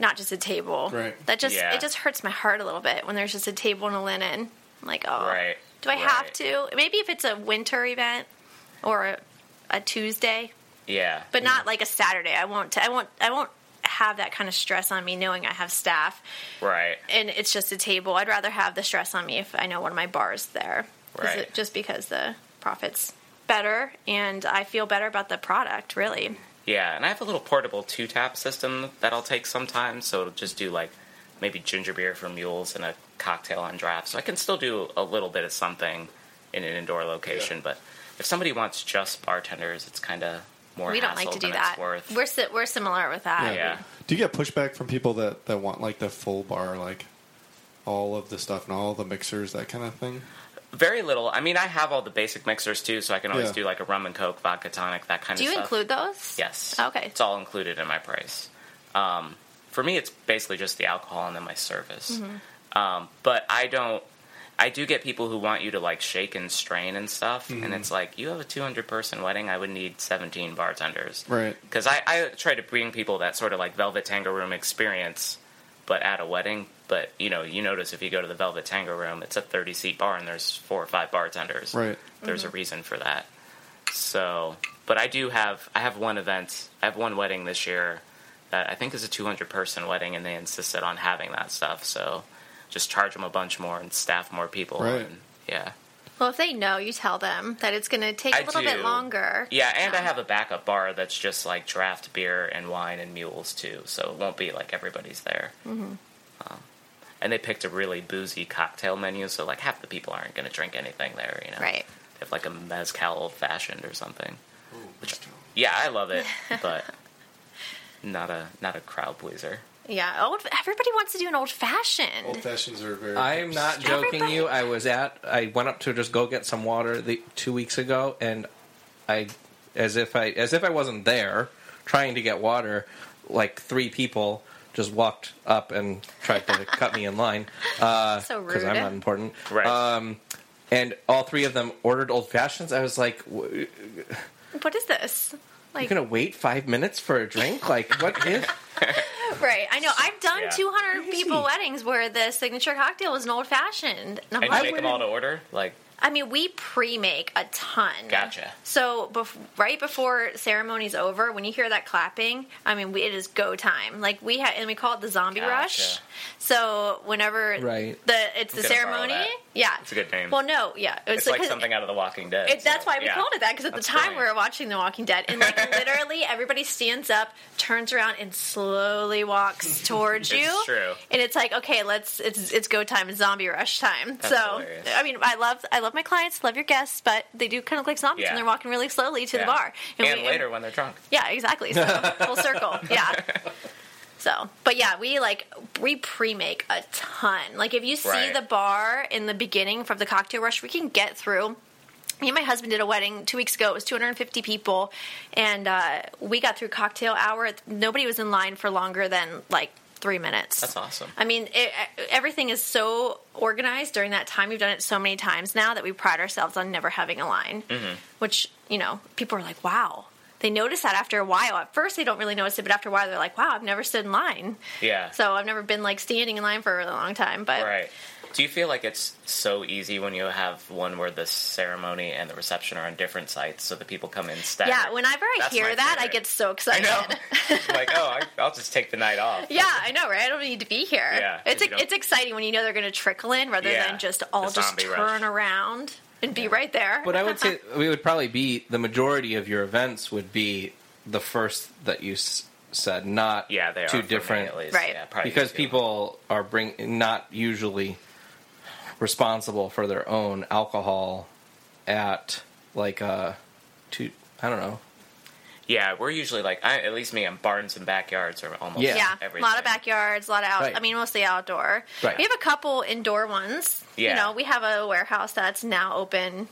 not just a table.
Right.
That just
Yeah.
it just hurts my heart a little bit when there's just a table and a linen. I'm like, oh,
Right.
do I have
Right.
to? Maybe if it's a winter event or a, a Tuesday,
Yeah.
but not like a Saturday. I won't. I won't. I won't have that kind of stress on me knowing I have staff
right.
and it's just a table. I'd rather have the stress on me if I know one of my bars there, 'Cause
Right.
it- just because the profits better and I feel better about the product. Really,
Yeah, and I have a little portable two tap system that I'll take sometimes, so it'll just do like maybe ginger beer for mules and a cocktail on draft. So I can still do a little bit of something in an indoor location. But if somebody wants just bartenders, it's kind of more
we don't
hassle
like to do
than it's
that.
worth.
We're si- we're similar with
Ah,
that.
Yeah.
Do you get pushback from people that, that want like the full bar, like all of the stuff and all the mixers, that kind of thing?
Very little. I mean, I have all the basic mixers too, so I can always
Yeah.
do like a rum and coke, vodka tonic, that kind
Do
of
you
stuff.
include those?
Yes.
Okay.
It's all included in my price. Um, for me, it's basically just the alcohol and then my service. Um, but I don't. I do get people who want you to like shake and strain and stuff, and it's like you have a 200 person wedding. I would need 17 bartenders,
Right.
Because I, I try to bring people that sort of like Velvet Tango Room experience, but at a wedding. But you know, you notice if you go to the Velvet Tango Room, it's a 30 seat bar and there's four or five bartenders,
Right.
there's a reason for that. So, but I do have I have one event, I have one wedding this year that I think is a 200 person wedding, and they insisted on having that stuff. So, just charge them a bunch more and staff more people.
Right.
And, yeah.
Well, if they know, you tell them that it's going to take
I
a little bit
do.
longer.
Yeah, and I have a backup bar that's just like draft beer and wine and mules too, so it won't be like everybody's there. Um,
Mm-hmm.
and they picked a really boozy cocktail menu, so like half the people aren't going to drink anything there, you know.
Right.
They have like a mezcal old fashioned or something. Yeah, I love it, but not a not a crowd pleaser.
Yeah. Old. Everybody wants to do an old fashioned.
Old fashions are very.
I am not joking you. I was at I went up to just go get some water the, 2 weeks ago and I as if I as if I wasn't there trying to get water like three people just walked up and tried to cut me in line
so rude.
because Uh, I'm not important.
Right.
Um and all three of them ordered old fashions. I was like, w-
what is this? Like,
"You're gonna wait five minutes for a drink? Like, what is?"
right? I know. I've done
Yeah.
200 people weddings where the signature cocktail was an old fashioned, and I'm
And you
like,
make them all to order? Like
I mean, we pre-make a ton.
Gotcha.
So bef- right before ceremony's over, when you hear that clapping, I mean, we, it is go time. Like we had, and we call it the zombie
Gotcha.
rush. So whenever
Right.
the it's the
gonna borrow
ceremony,
that.
yeah,
It's a good name.
Well, no, yeah, it was
it's like
'cause
something out of The Walking Dead.
It, that's
so,
why we
yeah.
called it that because at
That's
the time we
brilliant.
were watching The Walking Dead, and like literally everybody stands up, turns around, and slowly walks towards
It's
you.
true.
And it's like, okay, let's it's it's go time, it's zombie rush time.
That's
so
hilarious.
I mean, I love I love my clients, love your guests, but they do kind of look like zombies
Yeah.
when they're walking really slowly to the
Yeah.
bar.
and
we-
later when they're drunk.
yeah, exactly. So full circle. Yeah. So, but yeah, we like we pre-make a ton. Like if you see
Right.
the bar in the beginning from the cocktail rush, we can get through. Me and my husband did a wedding two weeks ago. It was 250 people, and uh, we got through cocktail hour. Nobody was in line for longer than like three minutes.
That's awesome.
I mean, it, e, everything is so organized during that time. We've done it so many times now that we pride ourselves on never having a line,
Mm-hmm.
which, you know, people are like, wow. They notice that after a while. At first, they don't really notice it, but after a while, they're like, wow, I've never stood in line.
Yeah.
So I've never been like standing in line for a really long time. But
Right. Do you feel like it's so easy when you have one where the ceremony and the reception are on different sites, so the people come in staggered?
yeah, whenever I
That's my
hear that, I
favorite.
get so
I
excited.
know. like, oh, I, I'll just take the night off.
Yeah, I know, right? I don't need to be here.
Yeah, 'cause
it's
you don't-
it's exciting when you know they're going to trickle in rather
Yeah,
than just all
the
just
zombie rush.
turn around and be right there.
But I would say we would probably be the majority of your events would be the first that you s- said, not
Yeah, they are
two
for me,
different,
at least.
Right.
Yeah, probably
because
two.
people are bring not usually responsible for their own alcohol at like a two. I don't know.
Yeah, we're usually like, I, at least me, I'm barns and backyards or almost
Yeah.
Yeah,
everything.
a lot of backyards, a lot of out.
Right.
I mean, mostly outdoor.
Right.
We have a couple indoor ones.
Yeah.
You know, we have a warehouse that's now open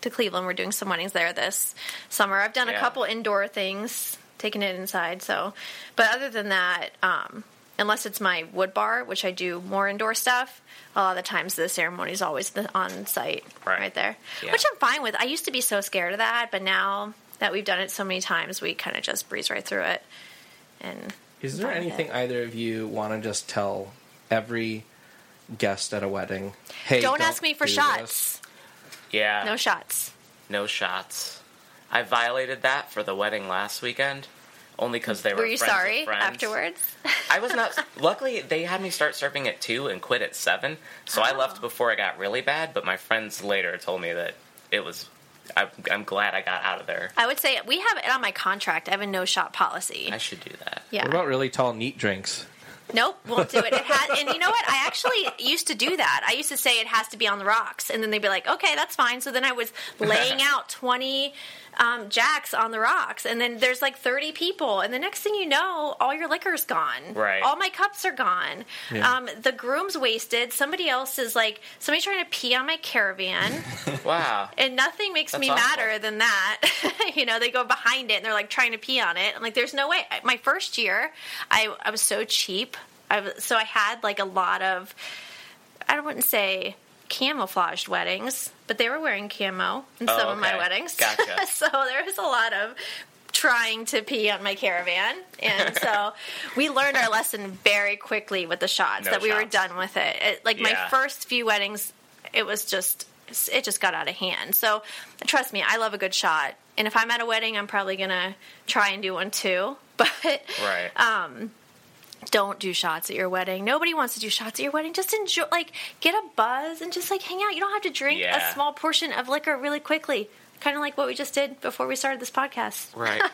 to Cleveland. We're doing some weddings there this summer. I've done a
Yeah.
couple indoor things, taking it inside. So, but other than that, um, unless it's my wood bar, which I do more indoor stuff, a lot of the times the ceremony is always the, on site
Right.
right, there,
Yeah.
which I'm fine with. I used to be so scared of that, but now that we've done it so many times, we kind of just breeze right through it. And
Is there
Fine with
anything
it.
either of you want to just tell every guest at a wedding? Hey,
don't, ask me for
do
shots.
Yeah.
No shots.
no shots. I violated that for the wedding last weekend, only because they were.
Were you
friends of
sorry
friends.
afterwards?
I was not. luckily, they had me start serving at two and quit at seven, so I left
Oh.
before it got really bad. But my friends later told me that it was. I, I'm glad I got out of there.
I would say we have it on my contract. I have a no shot policy.
I should do that.
This?
yeah.
What about really tall neat drinks?
Nope, won't do it. It has, and you know what? I actually used to do that. I used to say it has to be on the rocks, and then they'd be like, "Okay, that's fine." So then I was laying out twenty um, jacks on the rocks, and then there's like thirty people, and the next thing you know, all your liquor's gone.
Right.
All my cups are gone.
Yeah.
Um, the groom's wasted. Somebody else is like somebody trying to pee on my caravan.
Wow.
And nothing makes
That's
me
awful.
madder than that. you know, they go behind it and they're like trying to pee on it. I'm like, there's no way. My first year, I I was so cheap. I was, so I had like a lot of, I wouldn't say camouflaged weddings, but they were wearing camo in
Oh,
some of my
okay.
weddings.
Gotcha.
so there was a lot of trying to pee on my caravan, and so we learned our lesson very quickly with the shots
No
that we were
shots.
done with it. it like my
Yeah.
first few weddings, it was just it just got out of hand. So trust me, I love a good shot, and if I'm at a wedding, I'm probably gonna try and do one too. But
Right.
Uh. don't do shots at your wedding. Nobody wants to do shots at your wedding. Just enjoy, like, get a buzz and just like hang out. You don't have to drink
Yeah.
a small portion of liquor really quickly. Kind of like what we just did before we started this podcast.
right.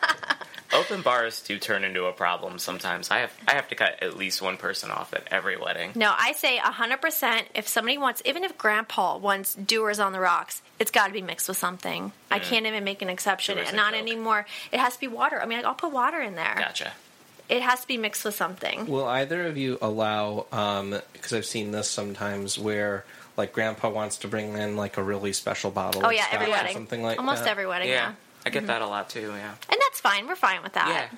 Open bars do turn into a problem sometimes. I have I have to cut at least one person off at every wedding.
No, I say 100% if somebody wants, even if Grandpa wants doers on the rocks, it's got to be mixed with something. I can't even make an exception.
Doers and
Not
Coke.
anymore. It has to be water. I mean, I'll put water in there.
Gotcha.
It has to be mixed with something.
Will either of you allow? Because I've seen this sometimes where like Grandpa wants to bring in like a really special bottle.
Oh,
of
yeah, every
scotch or
wedding.
something like
Almost
that.
every wedding,
Yeah.
yeah. Mm-hmm. Uh,
I get that a lot too, yeah.
And that's fine. We're fine with that.
Yeah.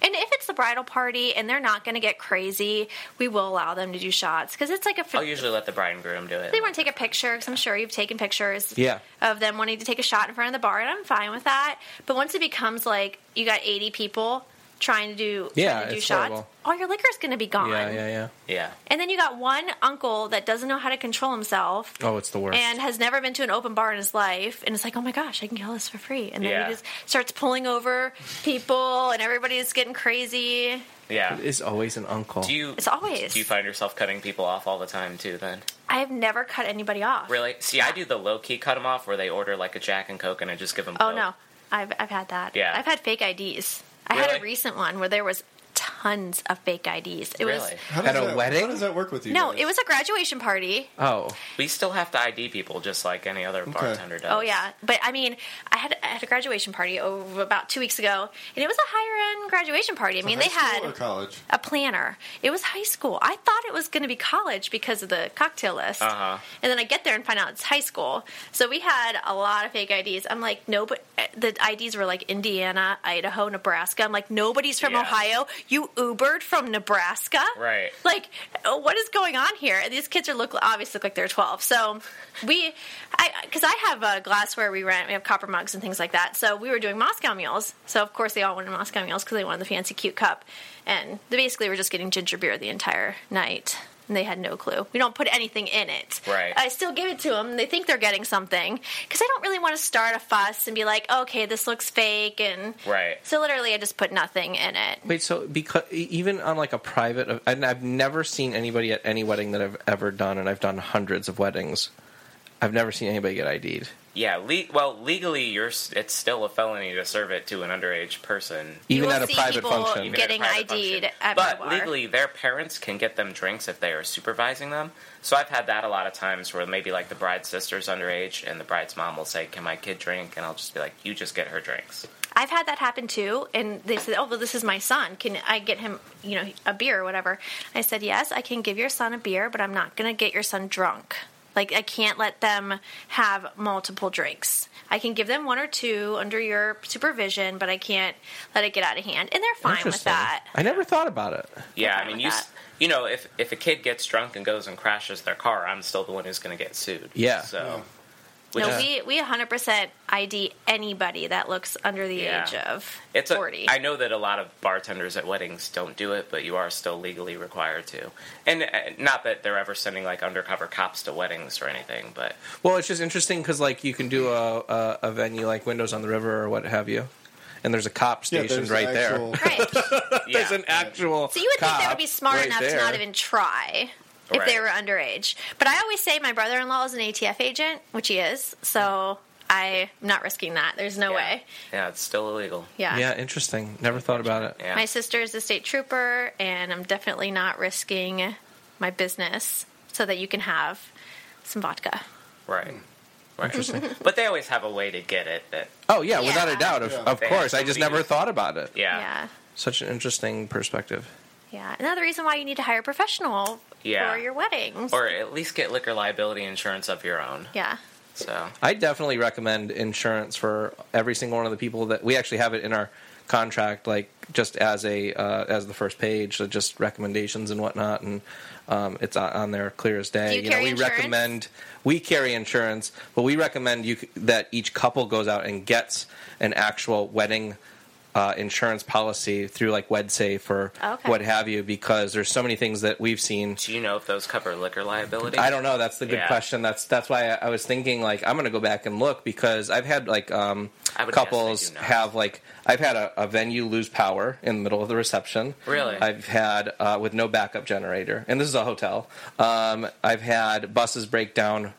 And if it's the bridal party and they're not going to get crazy, we will allow them to do shots because it's like a.
I'll usually let the bride and groom do it.
they want to take a picture because I'm sure you've taken pictures.
Yeah.
Of them wanting to take a shot in front of the bar, and I'm fine with that. But once it becomes like you got 80 people trying to do
Yeah,
trying to do
it's
shots,
horrible.
all your liquor's going to be gone.
Yeah, yeah, yeah.
Yeah.
And then you got one uncle that doesn't know how to control himself
Oh, it's the worst.
and has never been to an open bar in his life and it's like oh my gosh i can kill this for free and then
Yeah.
he just starts pulling over people and everybody's getting crazy
Yeah.
it's always an uncle.
Do you
it's always
do you find yourself cutting people off all the time too then?
i have never cut anybody off
Really? See, I do the low key cut them off where they order like a Jack and Coke and I just give them
oh no I've, I've had that
Yeah.
i've had fake ids i had
Really?
a recent one where there was tons of fake ids it was
Really?
How does
At a
that-
wedding?
How does that work with you?
no
guys?
it was a graduation party
oh,
We still have to ID people just like any other bartender does.
Oh yeah, but I mean, I had I had a graduation party over about two weeks ago, and it was a higher end graduation party. I mean,
High
they had
school or college.
a planner. It was high school. I thought it was going to be college because of the cocktail list.
Uh-huh.
And then I get there and find out it's high school. So we had a lot of fake IDs. I'm like, no, but eh," the IDs were like Indiana, Idaho, Nebraska. I'm like, nobody's from
Yeah.
Ohio. You Ubered from Nebraska?
Right.
Like, uh, what is going on here? And these kids are look obviously look like they're 12. So we, I because I have uh, glassware we rent. We have copper mugs and things like that. So we were doing Moscow mules. So of course they all wanted Moscow mules because they wanted the fancy cute cup. And they basically were just getting ginger beer the entire night. And they had no clue. We don't put anything in it.
Right.
I still give it to them. They think they're getting something because I don't really want to start a fuss and be like, okay, this looks fake. And
Right.
so literally, I just put nothing in it.
wait. So because even on like a private, and I've never seen anybody at any wedding that I've ever done, and I've done hundreds of weddings. I've never seen anybody get ID'd,
Yeah, le- well, legally, you're s- it's still a felony to serve it to an underage person.
You
even
will
at a
see
private
people
function.
even at a
getting
private
ID'd
function.
at
but
Madawaska.
legally, their parents can get them drinks if they are supervising them. So I've had that a lot of times where maybe like the bride's sister's underage, and the bride's mom will say, "Can my kid drink?" And I'll just be like, "You just get her drinks."
I've had that happen too, and they said, "Oh, well, this is my son. Can I get him, you know, a beer or whatever?" I said, "Yes, I can give your son a beer, but I'm not going to get your son drunk. Like, I can't let them have multiple drinks. I can give them one or two under your supervision, but I can't let it get out of hand." And they're fine with
Interesting.
that.
I never thought about it.
Yeah,
fine
I mean,
with
you s
that.
you know, if if a kid gets drunk and goes and crashes their car, I'm still the one who's going to get sued.
Yeah.
So which
No,
is-
we we 100% ID anybody that looks under the
Yeah.
age of
It's a,
40.
I know that a lot of bartenders at weddings don't do it, but you are still legally required to. And uh, not that they're ever sending like undercover cops to weddings or anything, but
Well, it's just interesting because like you can do a, a a venue like Windows on the River or what have you, and there's a cop
Yeah,
stationed
there's
right
the
there.
actual-
right.
yeah.
There's an actual.
So you would think they would be smart enough to not even try if they
Right.
were underage. But I always say my brother in law is an ATF agent, which he is. So I, I'm not risking that. There's no
yeah.
way.
Yeah, it's still illegal.
Yeah.
Yeah, interesting. Never thought about it.
Yeah.
My sister is a state trooper, and I'm definitely not risking my business so that you can have some vodka.
Right. Right.
Interesting.
But they always have a way to get it. That
Oh yeah, without a
Yeah.
doubt, of,
Yeah.
of
They
course. I
have
just
somebody
never
who's-
thought about it.
yeah.
yeah.
Such an interesting perspective.
Yeah. Another reason why you need to hire a professional
Yeah.
for your weddings.
Or at least get liquor liability insurance of your own.
yeah.
So
I definitely recommend insurance for every single one of the people that we actually have it in our contract, like just as a uh, as the first page, so just recommendations and whatnot, and um, it's on- on there clear as day.
Do you carry
we
insurance?
recommend we carry insurance, but we recommend you c- that each couple goes out and gets an actual wedding. Uh, insurance policy through like WedSafe or
Oh, Okay.
what have you, because there's so many things that we've seen
do you know if those cover liquor liability?
I don't know. That's the good
Yeah.
question. That's that's why I, I was thinking like I'm gonna go back and look because I've had like um,
I would guess they
couples
do not.
have like I've had a, a venue lose power in the middle of the reception.
Really?
I've had uh, with no backup generator, and this is a hotel. Um, I've had buses break down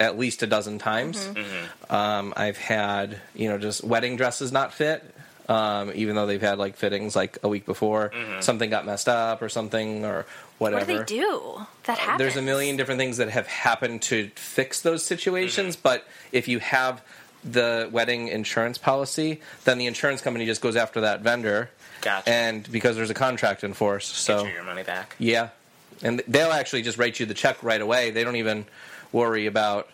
at least a dozen times.
Mm-hmm.
Um, I've had you know just wedding dresses not fit. Um, even though they've had like fittings like a week before,
Mm-hmm.
something got messed up or something or whatever.
What do they do? That
Uh,
happens.
There's a million different things that have happened to fix those situations,
Mm-hmm.
but if you have the wedding insurance policy, then the insurance company just goes after that vendor.
Gotcha.
And because there's a contract in force,
Get
so
you your money back.
yeah, and they'll actually just write you the check right away. They don't even worry about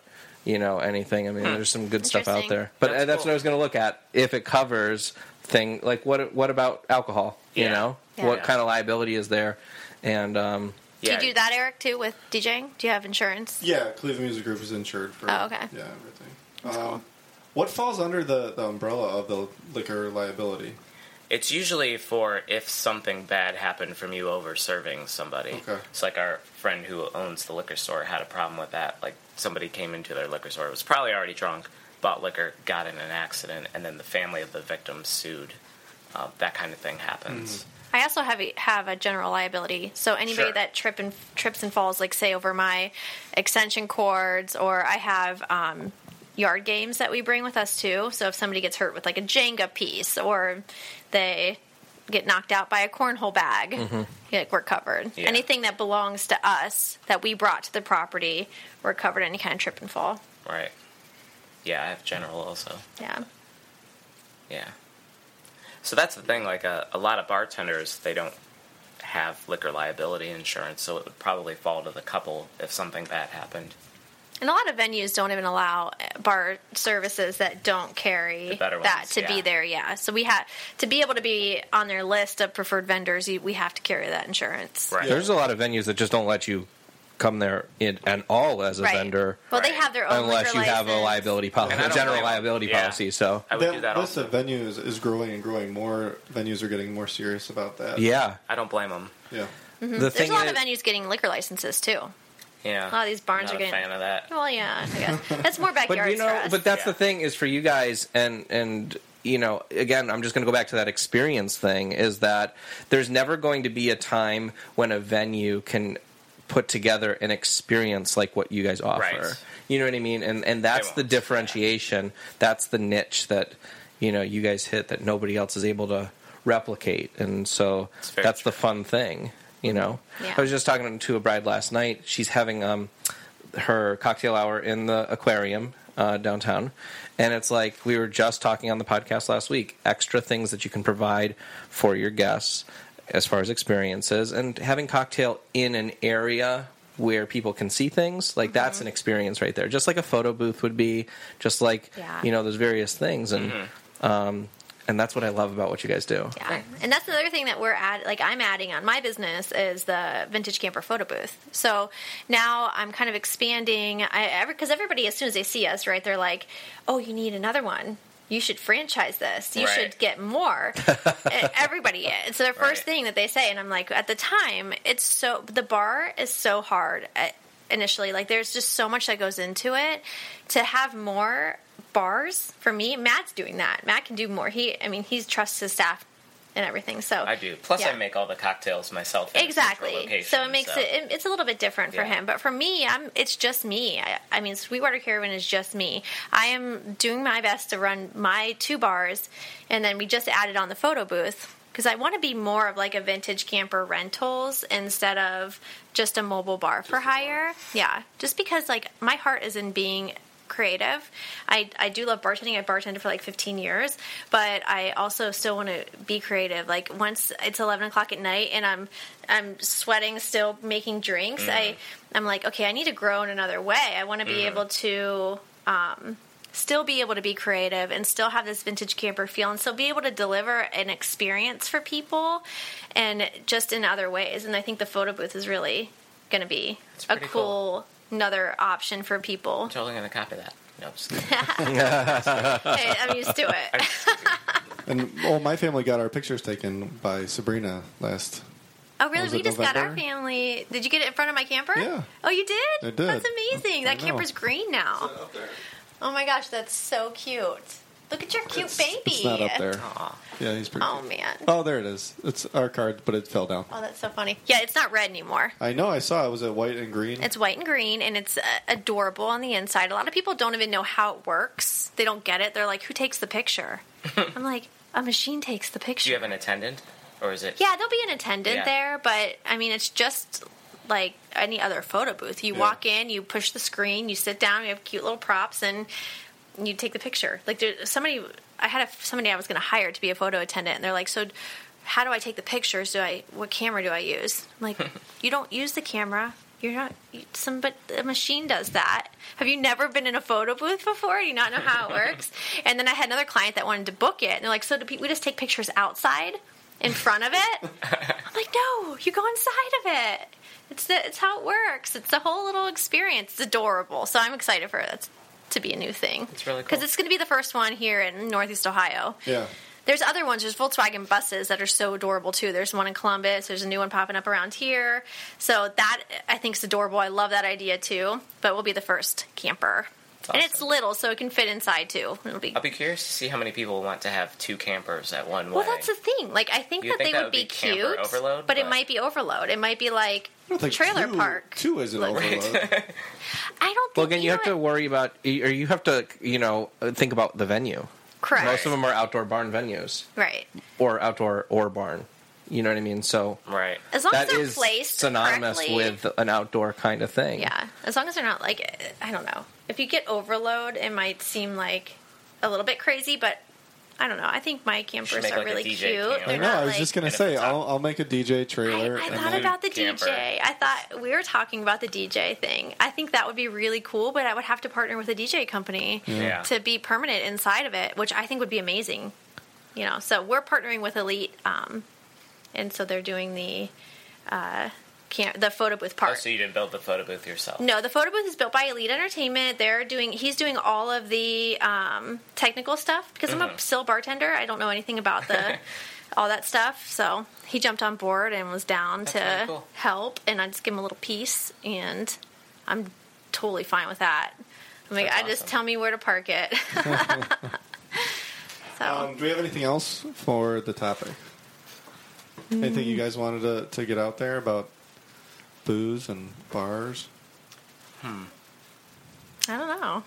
you know anything. I mean, there's some good stuff out
Interesting.
there, but
Hmm. That's
that's, that's
cool.
what I was going to look at if it covers thing like what what about alcohol? You
Yeah.
know,
Yeah.
what kind of liability is there? And um,
Do
Yeah.
you do that, Eric, too, with DJing? Do you have insurance?
Yeah, Cleveland Music Group is insured for.
Oh, okay.
Yeah, everything. um, What falls under the, the umbrella of the liquor liability?
It's usually for if something bad happened from you over serving somebody.
Okay.
It's like our friend who owns the liquor store had a problem with that. Like somebody came into their liquor store, was probably already drunk, bought liquor, got in an accident, and then the family of the victim sued. Uh, that kind of thing happens.
I also have a, have a general liability. So anybody
Sure.
that trip and trips and falls, like say over my extension cords, or I have um, yard games that we bring with us too. So if somebody gets hurt with like a Jenga piece, or they get knocked out by a cornhole bag, like we're covered.
Mm-hmm. Yeah.
Anything that belongs to us that we brought to the property, we're covered. Any kind of trip and fall.
Right. Yeah, I have general also.
Yeah.
Yeah. So that's the thing. Like uh, a, a lot of bartenders, they don't have liquor liability insurance, so it would probably fall to the couple if something bad happened.
And a lot of venues don't even allow eh, bar services that don't carry
The better
that
ones,
to be
yeah.
there. Yeah, so we had to be able to be on their list of preferred vendors. You, we have to carry that insurance.
Right.
There's a lot of venues that just don't let you come there in, at all as a
Right.
vendor
Well, they
Right.
have their own
unless
liquor
you have a
license.
liability policy,
And I
a
don't
general
blame 'em.
liability
Yeah.
policy. So,
I would do that
that list
also.
of venues is growing and growing. More venues are getting more serious about that.
yeah,
I don't blame them.
Yeah.
the
Mm-hmm. There's
thing
a lot
is,
of venues getting liquor licenses too.
Yeah.
lot of Oh, these barns
I'm
are
not
getting-
a fan of that.
Well, yeah, I guess. that's more backyards.
but you
for
know,
us.
but that's
Yeah.
the thing is for you guys, and and you know, again, I'm just going to go back to that experience thing. Is that there's never going to be a time when a venue can put together an experience like what you guys offer.
Right.
You know what I mean? And and that's the
won't.
differentiation. That's the niche that you know you guys hit that nobody else is able to replicate. And so
It's very
that's
true.
the fun thing. You know,
Yeah.
I was just talking to a bride last night. She's having um, her cocktail hour in the aquarium uh, downtown. And it's like we were just talking on the podcast last week extra things that you can provide for your guests as far as experiences and having cocktail in an area where people can see things
Mm-hmm.
like that's an experience right there just like a photo booth would be just like
Yeah.
you know those various things and um, and that's what i love about what you guys do
Yeah, and that's another thing that we're add like I'm adding on my business is the vintage camper photo booth. So now I'm kind of expanding. I every because everybody as soon as they see us, right, they're like, "Oh, you need another one." You should franchise this. You
Right.
should get more. And E, Everybody, it's their first
Right.
thing that they say, and I'm like, at the time, it's so the bar is so hard at, initially. Like, there's just so much that goes into it. To have more bars for me, Matt's doing that. Matt can do more. He, I mean, he trusts his staff and everything. So
I do. Plus, I
yeah.
make all the cocktails myself. in a central
Exactly.
location,
So it makes it it it's a little bit different for
Yeah.
him. But for me, I'm it's just me. I, I mean, Sweetwater Caravan is just me. I am doing my best to run my two bars, and then we just added on the photo booth because I want to be more of like a vintage camper rentals instead of just a mobile bar for hire. Yeah, just because like my heart is in being creative. I, I do love bartending. I bartended for like 15 years, but I also still want to be creative. Like once it's 11 o'clock at night and I'm I'm sweating still making drinks, I
Mm-hmm.
I'm like okay, I need to grow in another way. I want to be able to um, still be able to be creative and still have this vintage camper feel and still be able to deliver an experience for people and just in other ways and i think the photo booth is really going to be
It's
a
pretty
cool,
cool.
another option for people
I'm totally gonna copy that. No, I'm just kidding.
hey, i'm used to it
And well, my family got our pictures taken by Sabrina last.
oh really
Was
we
it
just got our
November?
family did you get it in front of my camper
Yeah.
oh you did
I did.
that's amazing
I
that
know.
camper's green now oh my gosh that's so cute look at your cute baby
It's not up there.
Aw.
Yeah, he's pretty.
oh
cute.
man
Oh, there it is. It's our card, but it fell down.
oh that's so funny yeah it's not red anymore
I know. I saw. It was it white and green.
It's white and green, and it's uh, adorable on the inside. A lot of people don't even know how it works. They don't get it. They're like, "Who takes the picture?" I'm like, "A machine takes the picture."
Do you have an attendant, or is it?
yeah, there'll be an attendant
Yeah.
there, but I mean, it's just like any other photo booth. You
Yeah.
walk in, you push the screen, you sit down, you have cute little props, and you take the picture. Like there, somebody, I had a, somebody I was going to hire to be a photo attendant, and they're like, "So, how do I take the pictures? Do I what camera do I use?" I'm like, "You don't use the camera. You're not. You, some but a machine does that. Have you never been in a photo booth before? Do you not know how it works?" and then I had another client that wanted to book it, and they're like, "So do pe- we just take pictures outside?" In front of it, I'm like, no, you go inside of it. It's the, it's how it works. It's the whole little experience. It's adorable. So I'm excited for that to be a new thing.
It's really cool.
because it's going to be the first one here in Northeast Ohio.
yeah.
There's other ones. There's Volkswagen buses that are so adorable too. There's one in Columbus. There's a new one popping up around here. So that I think is adorable. I love that idea too. But we'll be the first camper, and it's
awesome.
little, so it can fit inside too. It'll be.
I'll be curious to see how many people want to have two campers at one.
well,
wedding.
that's the thing. Like, I think
You'd
that
think
they
that
would
would
be,
be
cute,
camper overload,
but it
but-
might be overload. It might be like
I don't think
trailer
two-
park.
Two is an
Like-
overload.
I don't. Think,
Well, again, you
know
have to
what?
worry about, or you have to, you know, think about the venue.
Correct.
Most of them are outdoor barn venues,
Right.
or outdoor or barn. You know what I mean? So
right.
As long
that
as they're
is
placed
synonymous
correctly,
with an outdoor kind of thing.
Yeah. As long as they're not like I don't know. If you get overload, it might seem like a little bit crazy, but I don't know. I think my campers
make,
are
like, a
really cute.
DJ camp.
I
They're
know.
not
I was
like,
just gonna
And if
say
it's up-
I'll, I'll make a DJ trailer.
I, I
and
thought
then-
about the
camper.
DJ. I thought we were talking about the DJ thing. I think that would be really cool, but I would have to partner with a DJ company
Yeah.
to be permanent inside of it, which I think would be amazing. You know, so we're partnering with Elite, um, and so they're doing the uh, cam- the photo booth part.
Oh, so you didn't build the photo booth yourself?
No, the photo booth is built by Elite Entertainment. They're doing he's doing all of the um, technical stuff because I'm
Uh-huh.
a still bartender. I don't know anything about the all that stuff. So he jumped on board and was down to
really cool.
help, and I just give him a little piece, and I'm totally fine with that. I'm like,
That's
I just
awesome.
tell me where to park it. so
Um, do we have anything else for the topic? Anything
Hmm.
you guys wanted to, to get out there about booze and bars?
I don't know.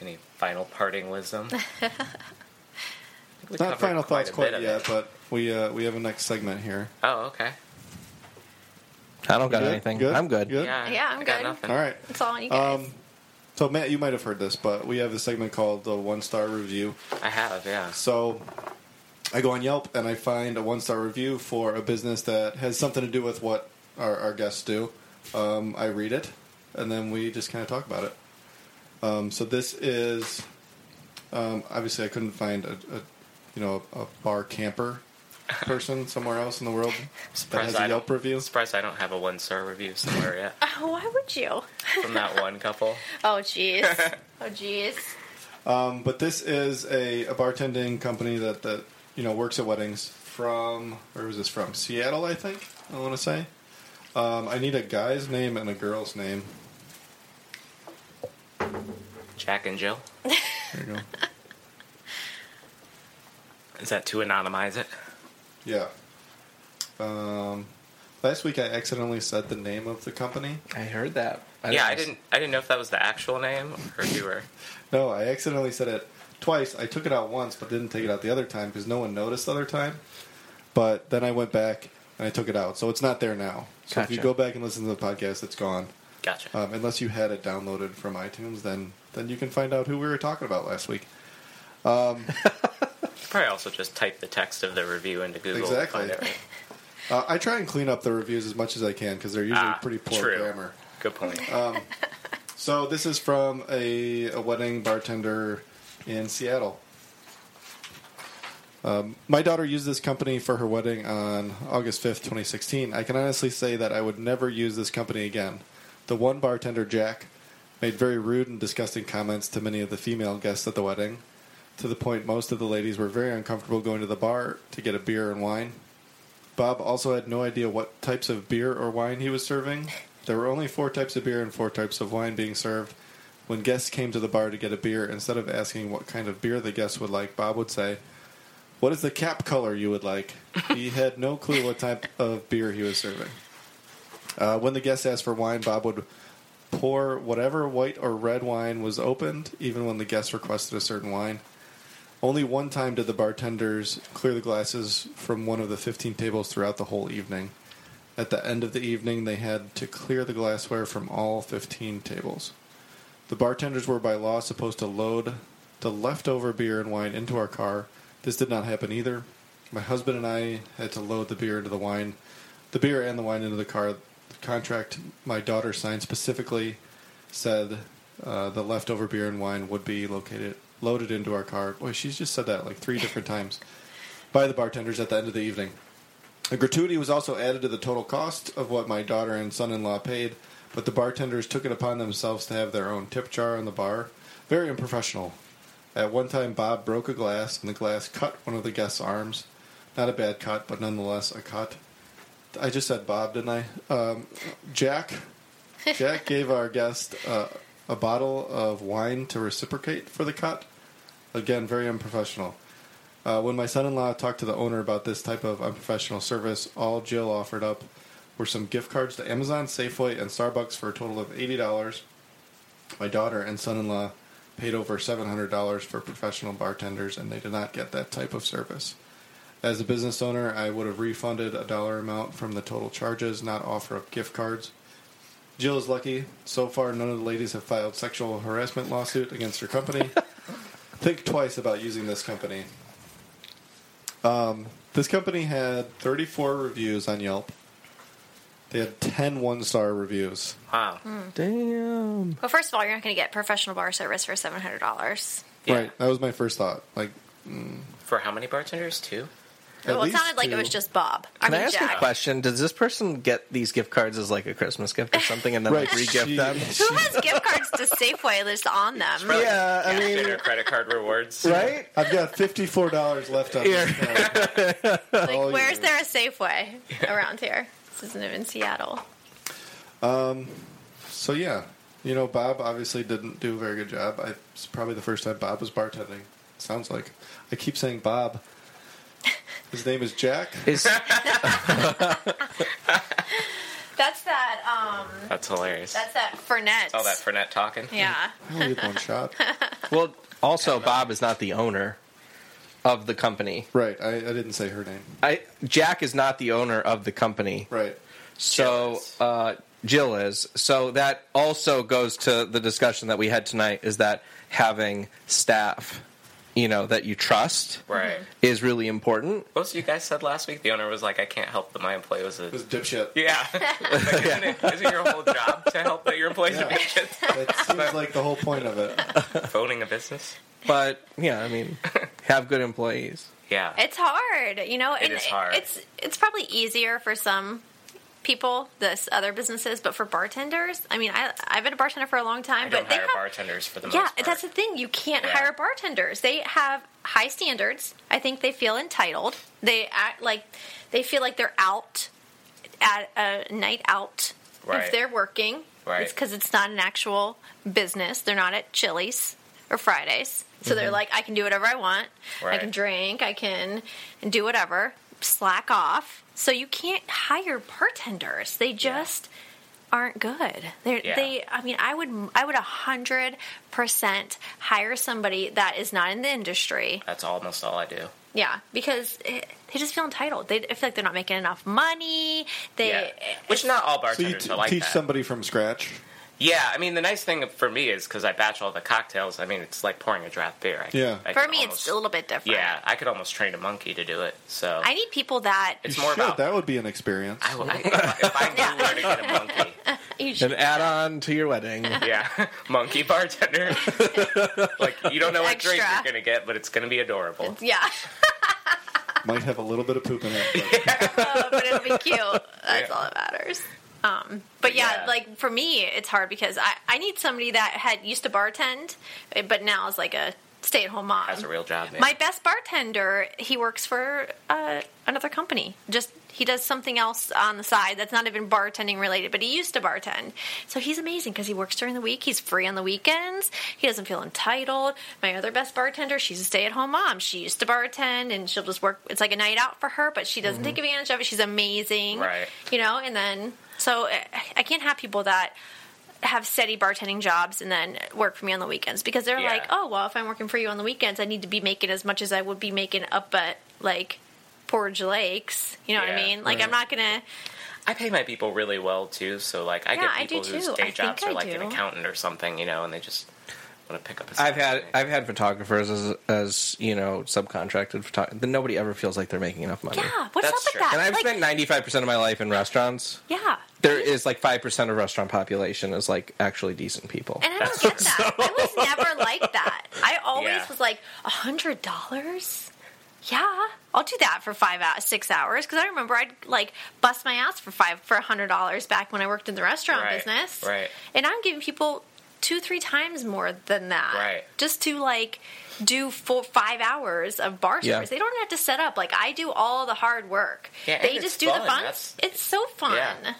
Any final parting wisdom? I think we
Not
covered
final
quite
thoughts
a
quite
bit of
yet,
it.
but we uh, we have a next segment here.
Oh, okay.
I don't got
Good?
anything.
Good?
I'm good.
Good?
Yeah,
Yeah, I'm
I got
good.
nothing.
All right.
It's all on you guys.
Um, so Matt, you might have heard this, but we have a segment called the one star review.
I have, yeah.
So I go on Yelp and I find a one star review for a business that has something to do with what our, our guests do. Um, I read it and then we just kind of talk about it. Um, so this is um, obviously I couldn't find a, a you know a, bar camper person somewhere else in the world that
Surprised
has
I
a
don't-
Yelp review.
Surprised I don't have a one star review somewhere yet
Oh, why would you?
from that one couple.
Oh, jeez. Oh, jeez.
Um, but this is a, a bartending company that, that you know works at weddings from where was this from? Seattle, I think. I want to say. Um, I need a guy's name and a girl's name.
Jack and Jill.
There you go.
Is that to anonymize it?
Yeah. Um, last week I accidentally said the name of the company.
I heard that.
yeah, I didn't. I didn't know if that was the actual name or if you were.
No, I accidentally said it twice. I took it out once, but didn't take it out the other time because no one noticed the other time. But then I went back and I took it out, so it's not there now. So if you
Gotcha.
go back and listen to the podcast, it's gone.
Gotcha.
Um, unless you had it downloaded from iTunes, then then you can find out who we were talking about last week.
Probably also just type the text of the review into Google. and
Exactly.
find it, right?
Uh, I try and clean up the reviews as much as I can because they're usually
Ah,
pretty poor
true.
grammar. Uh,
Good point.
So this is from a, a wedding bartender in Seattle. Um, my daughter used this company for her wedding on August 5th, 2016. I can honestly say that I would never use this company again. The one bartender, Jack, made very rude and disgusting comments to many of the female guests at the wedding, to the point most of the ladies were very uncomfortable going to the bar to get a beer and wine. Bob also had no idea what types of beer or wine he was serving. There were only four types of beer and four types of wine being served. When guests came to the bar to get a beer, instead of asking what kind of beer the guests would like, Bob would say, What is the cap color you would like? He had no clue what type of beer he was serving. Uh, when the guests asked for wine, Bob would pour whatever white or red wine was opened, even when the guests requested a certain wine. Only one time did the bartenders clear the glasses from one of the 15 tables throughout the whole evening. At the end of the evening, they had to clear the glassware from all 15 tables. The bartenders were by law supposed to load the leftover beer and wine into our car. This did not happen either. My husband and I had to load the beer into the wine, the beer and the wine into the car. The contract my daughter signed specifically said uh, the leftover beer and wine would be located loaded into our car. Boy, she's just said that like three different times by the bartenders at the end of the evening. A gratuity was also added to the total cost of what my daughter and son in law paid, but the bartenders took it upon themselves to have their own tip jar on the bar. Very unprofessional. At one time, Bob broke a glass, and the glass cut one of the guests' arms. Not a bad cut, but nonetheless a cut. I just said Bob, didn't I? Um, Jack. Jack gave our guest uh, a bottle of wine to reciprocate for the cut. Again, very unprofessional. Uh, when my son-in-law talked to the owner about this type of unprofessional service, all Jill offered up were some gift cards to Amazon, Safeway, and Starbucks for a total of eighty dollars. My daughter and son-in-law paid over seven hundred dollars for professional bartenders, and they did not get that type of service. As a business owner, I would have refunded a dollar amount from the total charges, not offer up gift cards. Jill is lucky. So far, none of the ladies have filed sexual harassment lawsuit against her company. Think twice about using this company. Um, This company had 34 reviews on Yelp. They had 10 one star reviews.
wow.
Damn.
Well, first of all, you're not going to get professional bar service for seven hundred dollars.
Yeah.
Right. That was my first thought. Like,
For how many bartenders? Two.
at
Well, it
least
sounded like
two-
it was just Bob. I
Can I,
mean,
ask a
Jack.
question? Does this person get these gift cards as like a Christmas gift or something, and then
Right.
like re-gift
she-
them?
Who has gift cards to Safeway that's on them?
Yeah, I mean,
Dinner credit card rewards.
right?
I've got $54 left on this card.
Like,
Oh,
where's
yeah.
there a Safeway around here? This isn't even Seattle.
So, yeah. You know, Bob obviously didn't do a very good job. I, it's probably the first time Bob was bartending. Sounds like. I keep saying Bob. His name is Jack.
Is
That's that. Um,
That's hilarious.
that's that Fernet.
All Oh, that Fernet talking.
Yeah.
I only get one shot.
well, also Bob is not the owner of the company.
Right. I, I didn't say her name.
I Jack is not the owner of the company.
Right.
So
Jill is.
uh, Jill is. So that also goes to the discussion that we had tonight is that having staff, you know, that you trust
Right.
Mm-hmm.
is really important.
What was you guys said last week? The owner was like, "I can't help that my employee was a."
It was dipshit.
Yeah. Like, isn't, it, isn't your whole job to help that your employee's a
Yeah.
bitch
That seems like the whole point of it.
at owning a business?
But yeah, I mean, have good employees.
Yeah.
It's hard, you know. and
is hard.
It's it's probably easier for some people, this other businesses, but for bartenders, I mean, I I've been a bartender for a long time,
I don't
but they
hire
have
bartenders for the
yeah,
most part.
that's the thing. You can't
Yeah.
hire bartenders. They have high standards. I think they feel entitled. They act like they feel like they're out at a night out
Right.
if they're working.
Right.
It's because it's not an actual business. They're not at Chili's or Fridays. So they're like, I can do whatever I want. I
Mm-hmm. Right.
can drink. I can do whatever. slack off. So you can't hire bartenders. They just aren't good. They
Yeah.
they I mean I would I would 100% hire somebody that is not in the industry.
That's almost all I do.
Yeah, because it, they just feel entitled. They feel like they're not making enough money. They
yeah, which not all
So you
bartenders
t-
are like
teach
that.
somebody from scratch.
Yeah, I mean the nice thing for me is because I batch all the cocktails. I mean it's like pouring a draft beer. I,
Yeah.
I
for
could
me
almost-
it's a little bit different.
yeah. I could almost train a monkey to do it. So
I need people that
it's
You
more
should.
about
that would be an experience.
I, I, if I can learn to get a monkey.
you should
An
e-
add on to your wedding.
Yeah, monkey bartender. like you don't know what drink
Extra.
you're gonna get, but it's gonna be adorable.
Yeah,
Might have a little bit of poop in it. But
Uh, but it'll be cute. That's
Yeah.
all that matters. Um, but yeah,
Yeah.
like for me, it's hard because I, I need somebody that had used to bartend, eh, but now is like a stay at home mom.
That's a real job, man.
My best bartender, he works for uh, another company. Just he does something else on the side that's not even bartending related, but he used to bartend. So he's amazing because he works during the week. He's free on the weekends. He doesn't feel entitled. My other best bartender, she's a stay-at-home mom. She used to bartend, and she'll just work. It's like a night out for her, but she doesn't take advantage of it. She's amazing,
Right.
You know. And then so eh, I can't have people that. Have steady bartending jobs and then work for me on the weekends because they're
Yeah.
like, oh, oh well if i'm working for you on the weekends i need to be making as much as i would be making up at like portage lakes you know what i
Yeah,
mean like i'm not gonna
I pay my people really well too, so like I
Yeah, I
get people
do,
whose
too. I
day
think
jobs
I
are like an
do.
accountant or something, you know, and they just want to pick up. A
I've had
salary.
I've had photographers as as you know subcontracted photographers. Nobody ever feels like they're making enough money.
yeah what's up
That's
with
true.
that
And I've
like,
spent ninety five percent of my life in restaurants.
yeah
There is like five percent of restaurant population is like actually decent people.
and i don't get that i was never like that i always
Yeah.
was like a hundred dollars yeah i'll do that for five hours six hours because i remember i'd like bust my ass for five for a hundred dollars back when i worked in the restaurant
Right,
business
right.
and i'm giving people two three times more than that
Right.
just to like do four five hours of bar service
Yeah.
they don't have to set up like i do all the hard work
Yeah, and
they
it's
just do
fun.
the fun
That's-
it's so fun
Yeah.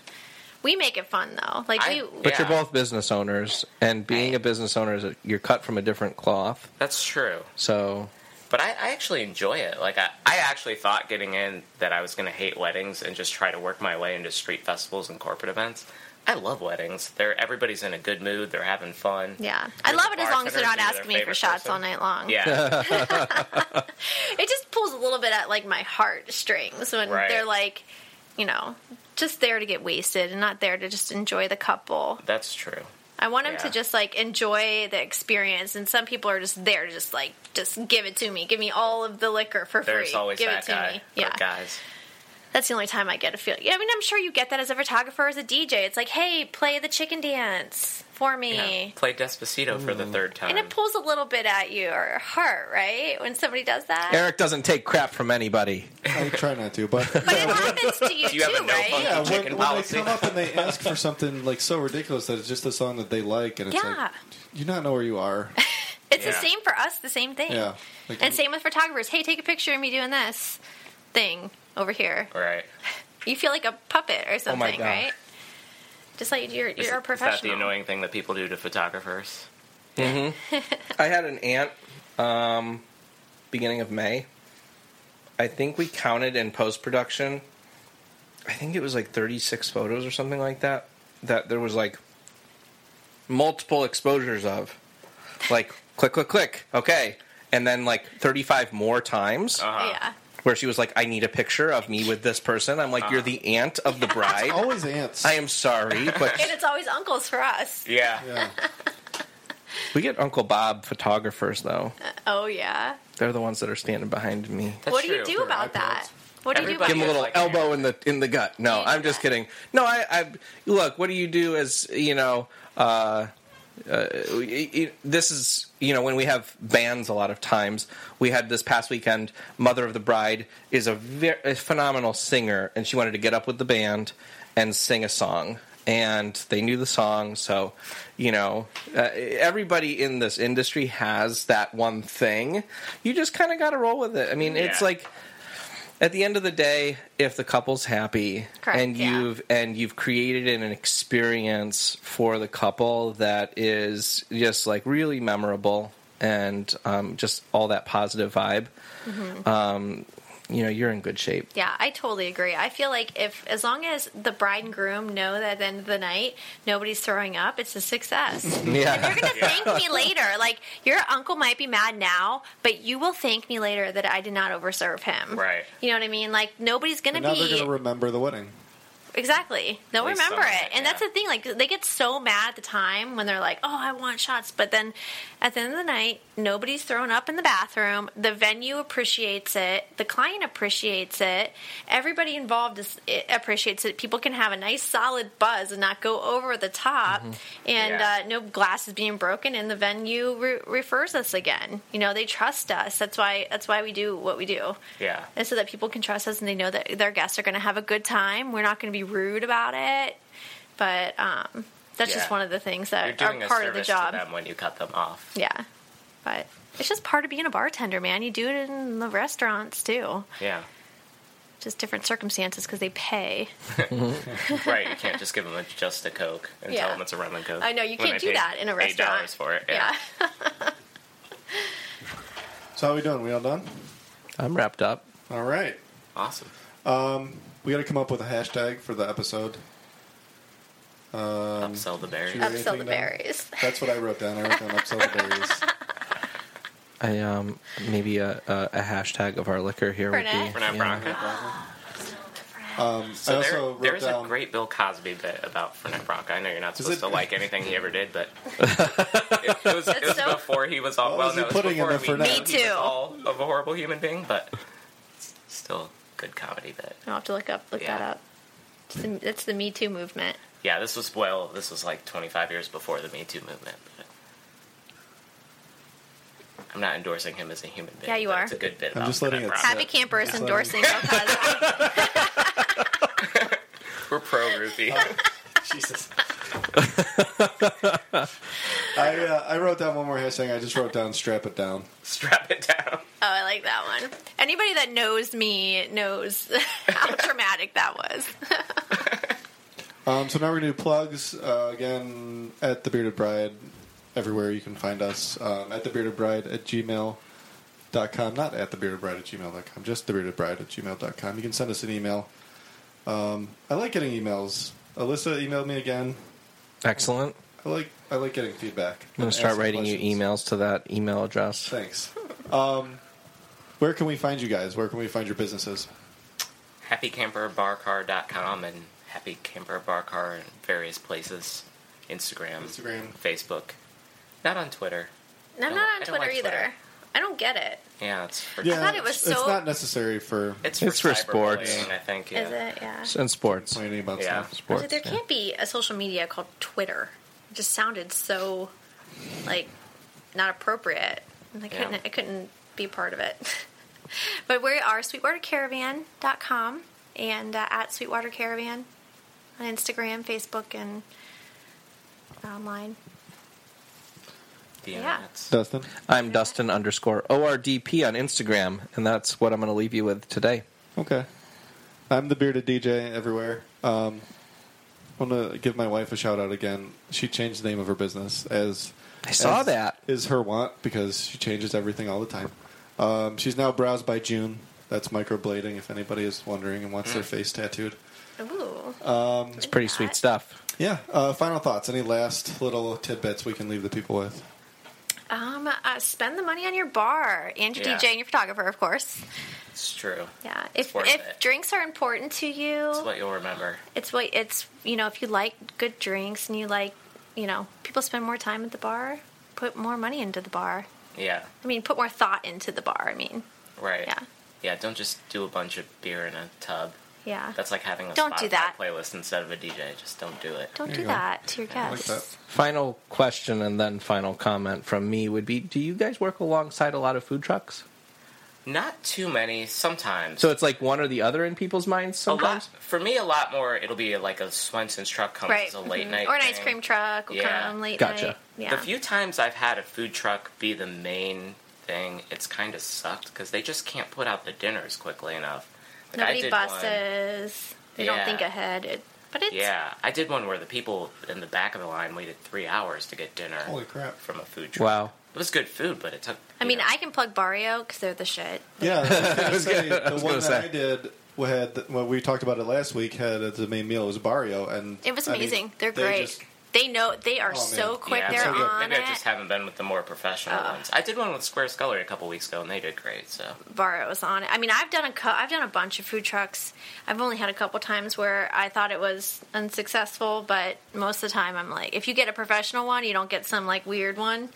we make it fun though like
I-
we
But you're
Yeah.
both business owners, and being a business owner is you're cut from a different cloth.
That's true,
So
but I, I actually enjoy it. Like I, I actually thought getting in that I was gonna hate weddings and just try to work my way into street festivals and corporate events. I love weddings. They're everybody's in a good mood. They're having fun.
Yeah. I
There's
love it as long as they're not
bartenders who are their
asking me for
favorite
shots
person.
all night long.
Yeah,
It just pulls a little bit at like my heartstrings when
Right.
they're like, you know, just there to get wasted and not there to just enjoy the couple.
that's true.
I want them
Yeah.
to just like enjoy the experience and some people are just there to just like just give it to me. Give me all of the liquor for
There's
free.
always
give
that
it to
guy
me.
or
Yeah.
guys.
That's the only time I get a feel. Yeah, I mean, I'm sure you get that as a photographer as a DJ. It's like, "Hey, play the chicken dance for me."
Yeah, play Despacito for the third time.
And it pulls a little bit at your heart, right? When somebody does that.
Eric doesn't take crap from anybody.
I try not to. But
But it happens to you,
Do you have
too,
a no
right?
fun-
yeah,
Chicken
when, when they
policy.
come up and they ask for something like so ridiculous that it's just a song that they like, and it's
Yeah.
like, you not know where you are.
It's the
Yeah.
same for us, the same thing.
Yeah, like,
And same with photographers. Hey, take a picture of me doing this thing over here.
right.
You feel like a puppet
Oh
or something,
God.
right? Just like you're,
Is-
you're a
Is that the
professional.
annoying thing that people do to photographers?
I had an aunt um, beginning of May. I think we counted in post production. I think it was like 36 photos or something like that. That there was like multiple exposures of, like click, click, click. Okay, and then like 35 more times
Uh-huh.
Yeah.
where she was like, "I need a picture of me with this person." I'm like, "You're the aunt of the bride."
always ants.
I am sorry, but
And it's always uncles for us.
Yeah.
yeah,
we get Uncle Bob photographers though.
Oh, yeah.
They're the ones that are standing behind me.
That's
what do you
true.
do about that? What do you do about
Everybody
give him a
Yes,
little
like an
elbow in the in the gut. No,
You do
I'm just
that.
kidding. No, I, I look. What do you do as you know? Uh, uh, y- y- this is you know when we have bands a lot of times. We had this past weekend. Mother of the Bride is a, ver- a phenomenal singer, and she wanted to get up with the band and sing a song. And they knew the song, so you know uh, everybody in this industry has that one thing. You just kind of got to roll with it. I mean, it's
Yeah.
like at the end of the day, if the couple's happy
Correct,
and
yeah.
you've and you've created an experience for the couple that is just like really
Mm-hmm.
memorable and um, just all that positive vibe, um, you know you're in good shape.
Yeah, I totally agree. I feel like if as long as the bride and groom know that at the end of the night nobody's throwing up, it's a success.
Yeah.
You're gonna thank me later. Like your uncle might be mad now, but you will thank me later that I did not overserve him.
Right.
You know what I mean? Like nobody's gonna
And now
be
they're going to remember the wedding.
exactly. They'll
At least
remember
some of
it,
it,
and that's
yeah.
the thing. Like they get so mad at the time when they're like, "Oh, I want shots," but then at the end of the night, nobody's thrown up in the bathroom. The venue appreciates it. The client appreciates it. Everybody involved is, it appreciates it. People can have a nice solid buzz and not go over the top. And
Mm-hmm. Yeah.
uh, no glass is being broken, and the venue re- refers us again. You know, they trust us. That's why. That's why we do what we do
Yeah.
and so that people can trust us and they know that their guests are going to have a good time. We're not going to be rude about it, but um, that's just
Yeah.
one of the things
You're
that
doing
are
a
part of the
service to
job.
them when you cut them off.
Yeah, but it's just part of being a bartender, man. You do it in the restaurants too,
Yeah.
just different circumstances because they pay.
right. You can't just give them a, just a Coke and
Yeah.
tell them it's a rum and Coke.
I know you
when
can't do
they paid
that in a restaurant.
$8 for it. Yeah.
So how we doing? We all done?
I'm wrapped up.
All right.
Awesome.
We got to come up with a hashtag for the episode.
Upsell the berry.
Sure.
upsell the
anything down?
berries.
That's what I wrote down. I wrote down upsell the berries.
I um maybe a, a, a hashtag of our liquor here
Fernet?
would be
We're not Bronco.
Um,
So
I also
there,
wrote
there's
down.
a great Bill Cosby bit about Fernet Branca. I know you're not supposed
it-
to like anything he ever did, but it, it was, it was
so-
before he was all.
What
well,
was he
no, it was
putting in
before
the
we
Fernet?
knew
Me
He
too.
was all of a horrible human being, but it's still a good comedy bit.
I'll have to look up look
Yeah.
that up. It's the, it's the Me Too movement.
Yeah, this was well, this was like 25 years before the Me Too movement. But I'm not endorsing him as a human being.
Yeah, you
but
are.
It's a good bit.
I'm
about
just letting
Fernet
it
Branca.
sit.
Happy camper is
It's like-
endorsing Bill Cosby.
We're pro Ruthie.
Jesus. I uh, I wrote down one more hashtag. I just wrote down strap it down.
Strap it down.
Oh, I like that one. Anybody that knows me knows how traumatic that was.
Um, so now we're gonna do plugs uh, again at the Bearded Bride. Everywhere you can find us um, at the Bearded Bride at gmail. Dot com, not at the bearded bride at gmail.com, just the bearded bride at gmail.com. You can send us an email. Um, I like getting emails. Alyssa emailed me again.
excellent.
I like I like getting feedback.
I'm gonna
and
start
asking
writing
questions.
you emails to that email address.
Thanks. Um, where can we find you guys? Where can we find your businesses?
happycamperbarcar.com and Happy Camper Bar Car in various places Instagram,
Instagram.
Facebook. Not on Twitter.
And I'm
I don't-
not
I
on
don't
Twitter
like
either.
Twitter.
I don't get it.
Yeah, it's for
Yeah,
thought it was
it's
so-
not necessary for
it's for,
It's for
cyberbullying,
sports.
I think.
Is
Yeah.
it? Yeah.
And sports.
complaining about
Yeah.
stuff.
So
Sports.
there
yeah.
can't be a social media called Twitter. It just sounded so like not appropriate. And I
Yeah.
couldn't I couldn't be part of it. but we are sweetwatercaravan.com and uh, at Sweetwater Caravan on Instagram, Facebook and online.
The
Yeah.
internet's-
Dustin,
I'm Dustin underscore ORDP on Instagram, and that's what I'm going to leave you with today.
okay. I'm the bearded DJ everywhere. Um, I want to give my wife a shout out again. She changed the name of her business as
I saw
as
that.
is her want because she changes everything all the time. Um, she's now Browse by June. That's microblading, if anybody is wondering and
Mm.
wants their face tattooed.
Ooh.
It's pretty sweet stuff.
Yeah. Uh, final thoughts. Any last little tidbits we can leave the people with?
Um, uh, spend the money on your bar and your
Yeah.
DJ and your photographer, of course.
It's true.
Yeah, if
worth
if
it.
drinks are important to you,
It's what you'll remember.
it's what it's you know if you like good drinks and you like you know people spend more time at the bar, put more money into the bar.
Yeah,
I mean, put more thought into the bar. I mean,
right.
Yeah.
Yeah, don't just do a bunch of beer in a tub.
yeah,
That's like having a
Don't
Spotify
do that.
playlist instead of a DJ. Just don't do it.
don't
There
do
you go.
that to your
I like
guests.
that.
Final question and then final comment from me would be Do you guys work alongside a lot of food trucks?
Not too many. Sometimes.
So it's like one or the other in people's minds
a
sometimes?
lot for me. A lot more. It'll be like a Swenson's truck comes
Right,
as a late
mhm.
night
or an ice
thing.
cream truck will
Yeah.
come late
Gotcha.
night. Yeah,
The few times I've had a food truck be the main thing, it's kind of sucked because they just can't put out the dinners quickly enough. Like, I
nobody
did
buses. They
Yeah.
don't think ahead. It, but it's
One, yeah, I did one where the people in the back of the line waited three hours to get dinner
Holy crap.
from a food truck.
Wow.
It was good food, but it took.
I
you
mean,
know,
I can plug Barrio because they're the shit.
Yeah, I was going to say, the
was
one
gonna
that
say.
I did had well, we talked about it last week. Had as the main meal was Barrio, and
It was
I mean,
amazing. they're
they
great.
just-
they know they are
Oh,
so
man.
quick.
yeah,
they're
so
good.
on
Maybe
it.
I just haven't been with the more professional ones. I did one with Square Scullery a couple weeks ago, and they did great. So
Barrio's on it. I mean, I've done a co- I've done a bunch of food trucks. I've only had a couple times where I thought it was unsuccessful, but most of the time I'm like, if you get a professional one, you don't get some like weird one,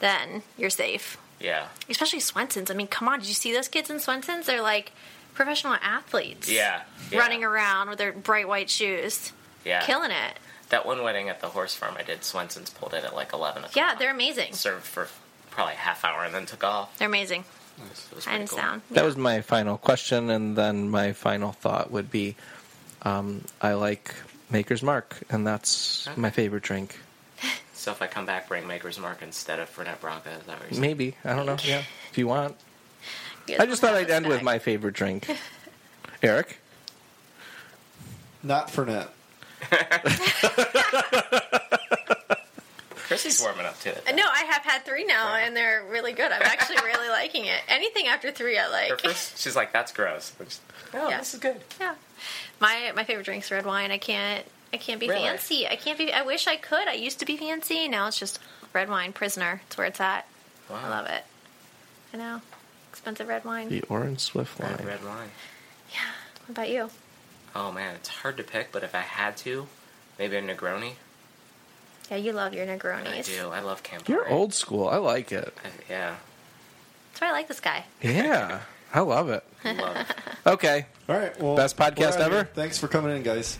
then you're safe.
yeah,
Especially Swenson's. I mean, come on, did you see those kids in Swenson's? They're like professional athletes.
yeah, yeah.
Running around with their bright white shoes,
yeah,
killing it.
That one wedding at the horse farm I did, Swenson's pulled in at like eleven o'clock.
Yeah, they're amazing.
served for probably a half hour and then took off.
They're amazing.
nice.
It was pretty
Hands
cool.
down.
That was my final question, and then my final thought would be, um, I like Maker's Mark, and that's
Okay.
my favorite drink.
So if I come back, bring Maker's Mark instead of Fernet Branca. Is that what you're saying?
Maybe I don't know. Yeah, if you want.
You
I
guys
just
don't
thought
have
I'd end
us
with
back.
my favorite drink. Eric,
Not Fernet.
Chrissy's warming up to it.
Uh, No, I have had three now, and they're really good. I'm actually really liking it. Anything after three, I
Her
like.
first, she's like, "That's gross." I'm just, oh,
Yeah.
this is good.
Yeah, my my favorite drink's red wine. I can't I can't be
Really?
fancy. I can't be. I wish I could. I used to be fancy. Now it's just red wine. Prisoner. It's where it's at.
Wow.
I love it. I know. Expensive red wine.
the orange swift
Red,
line.
red wine.
What about you?
Oh man, it's hard to pick, but if I had to, maybe a Negroni.
Yeah, you love your Negronis.
I do. I love Campari.
You're old school. I like it.
I, yeah,
That's why I like this guy.
Oh,
Yeah, I love it.
love.
Okay,
All right, well,
Best podcast
we're outta
ever?
here. Thanks for coming in, guys.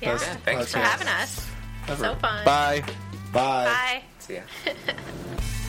Yeah.
Best
thanks
Thanks for
podcast
having us.
ever.
So fun.
bye.
Bye.
Bye.
See ya.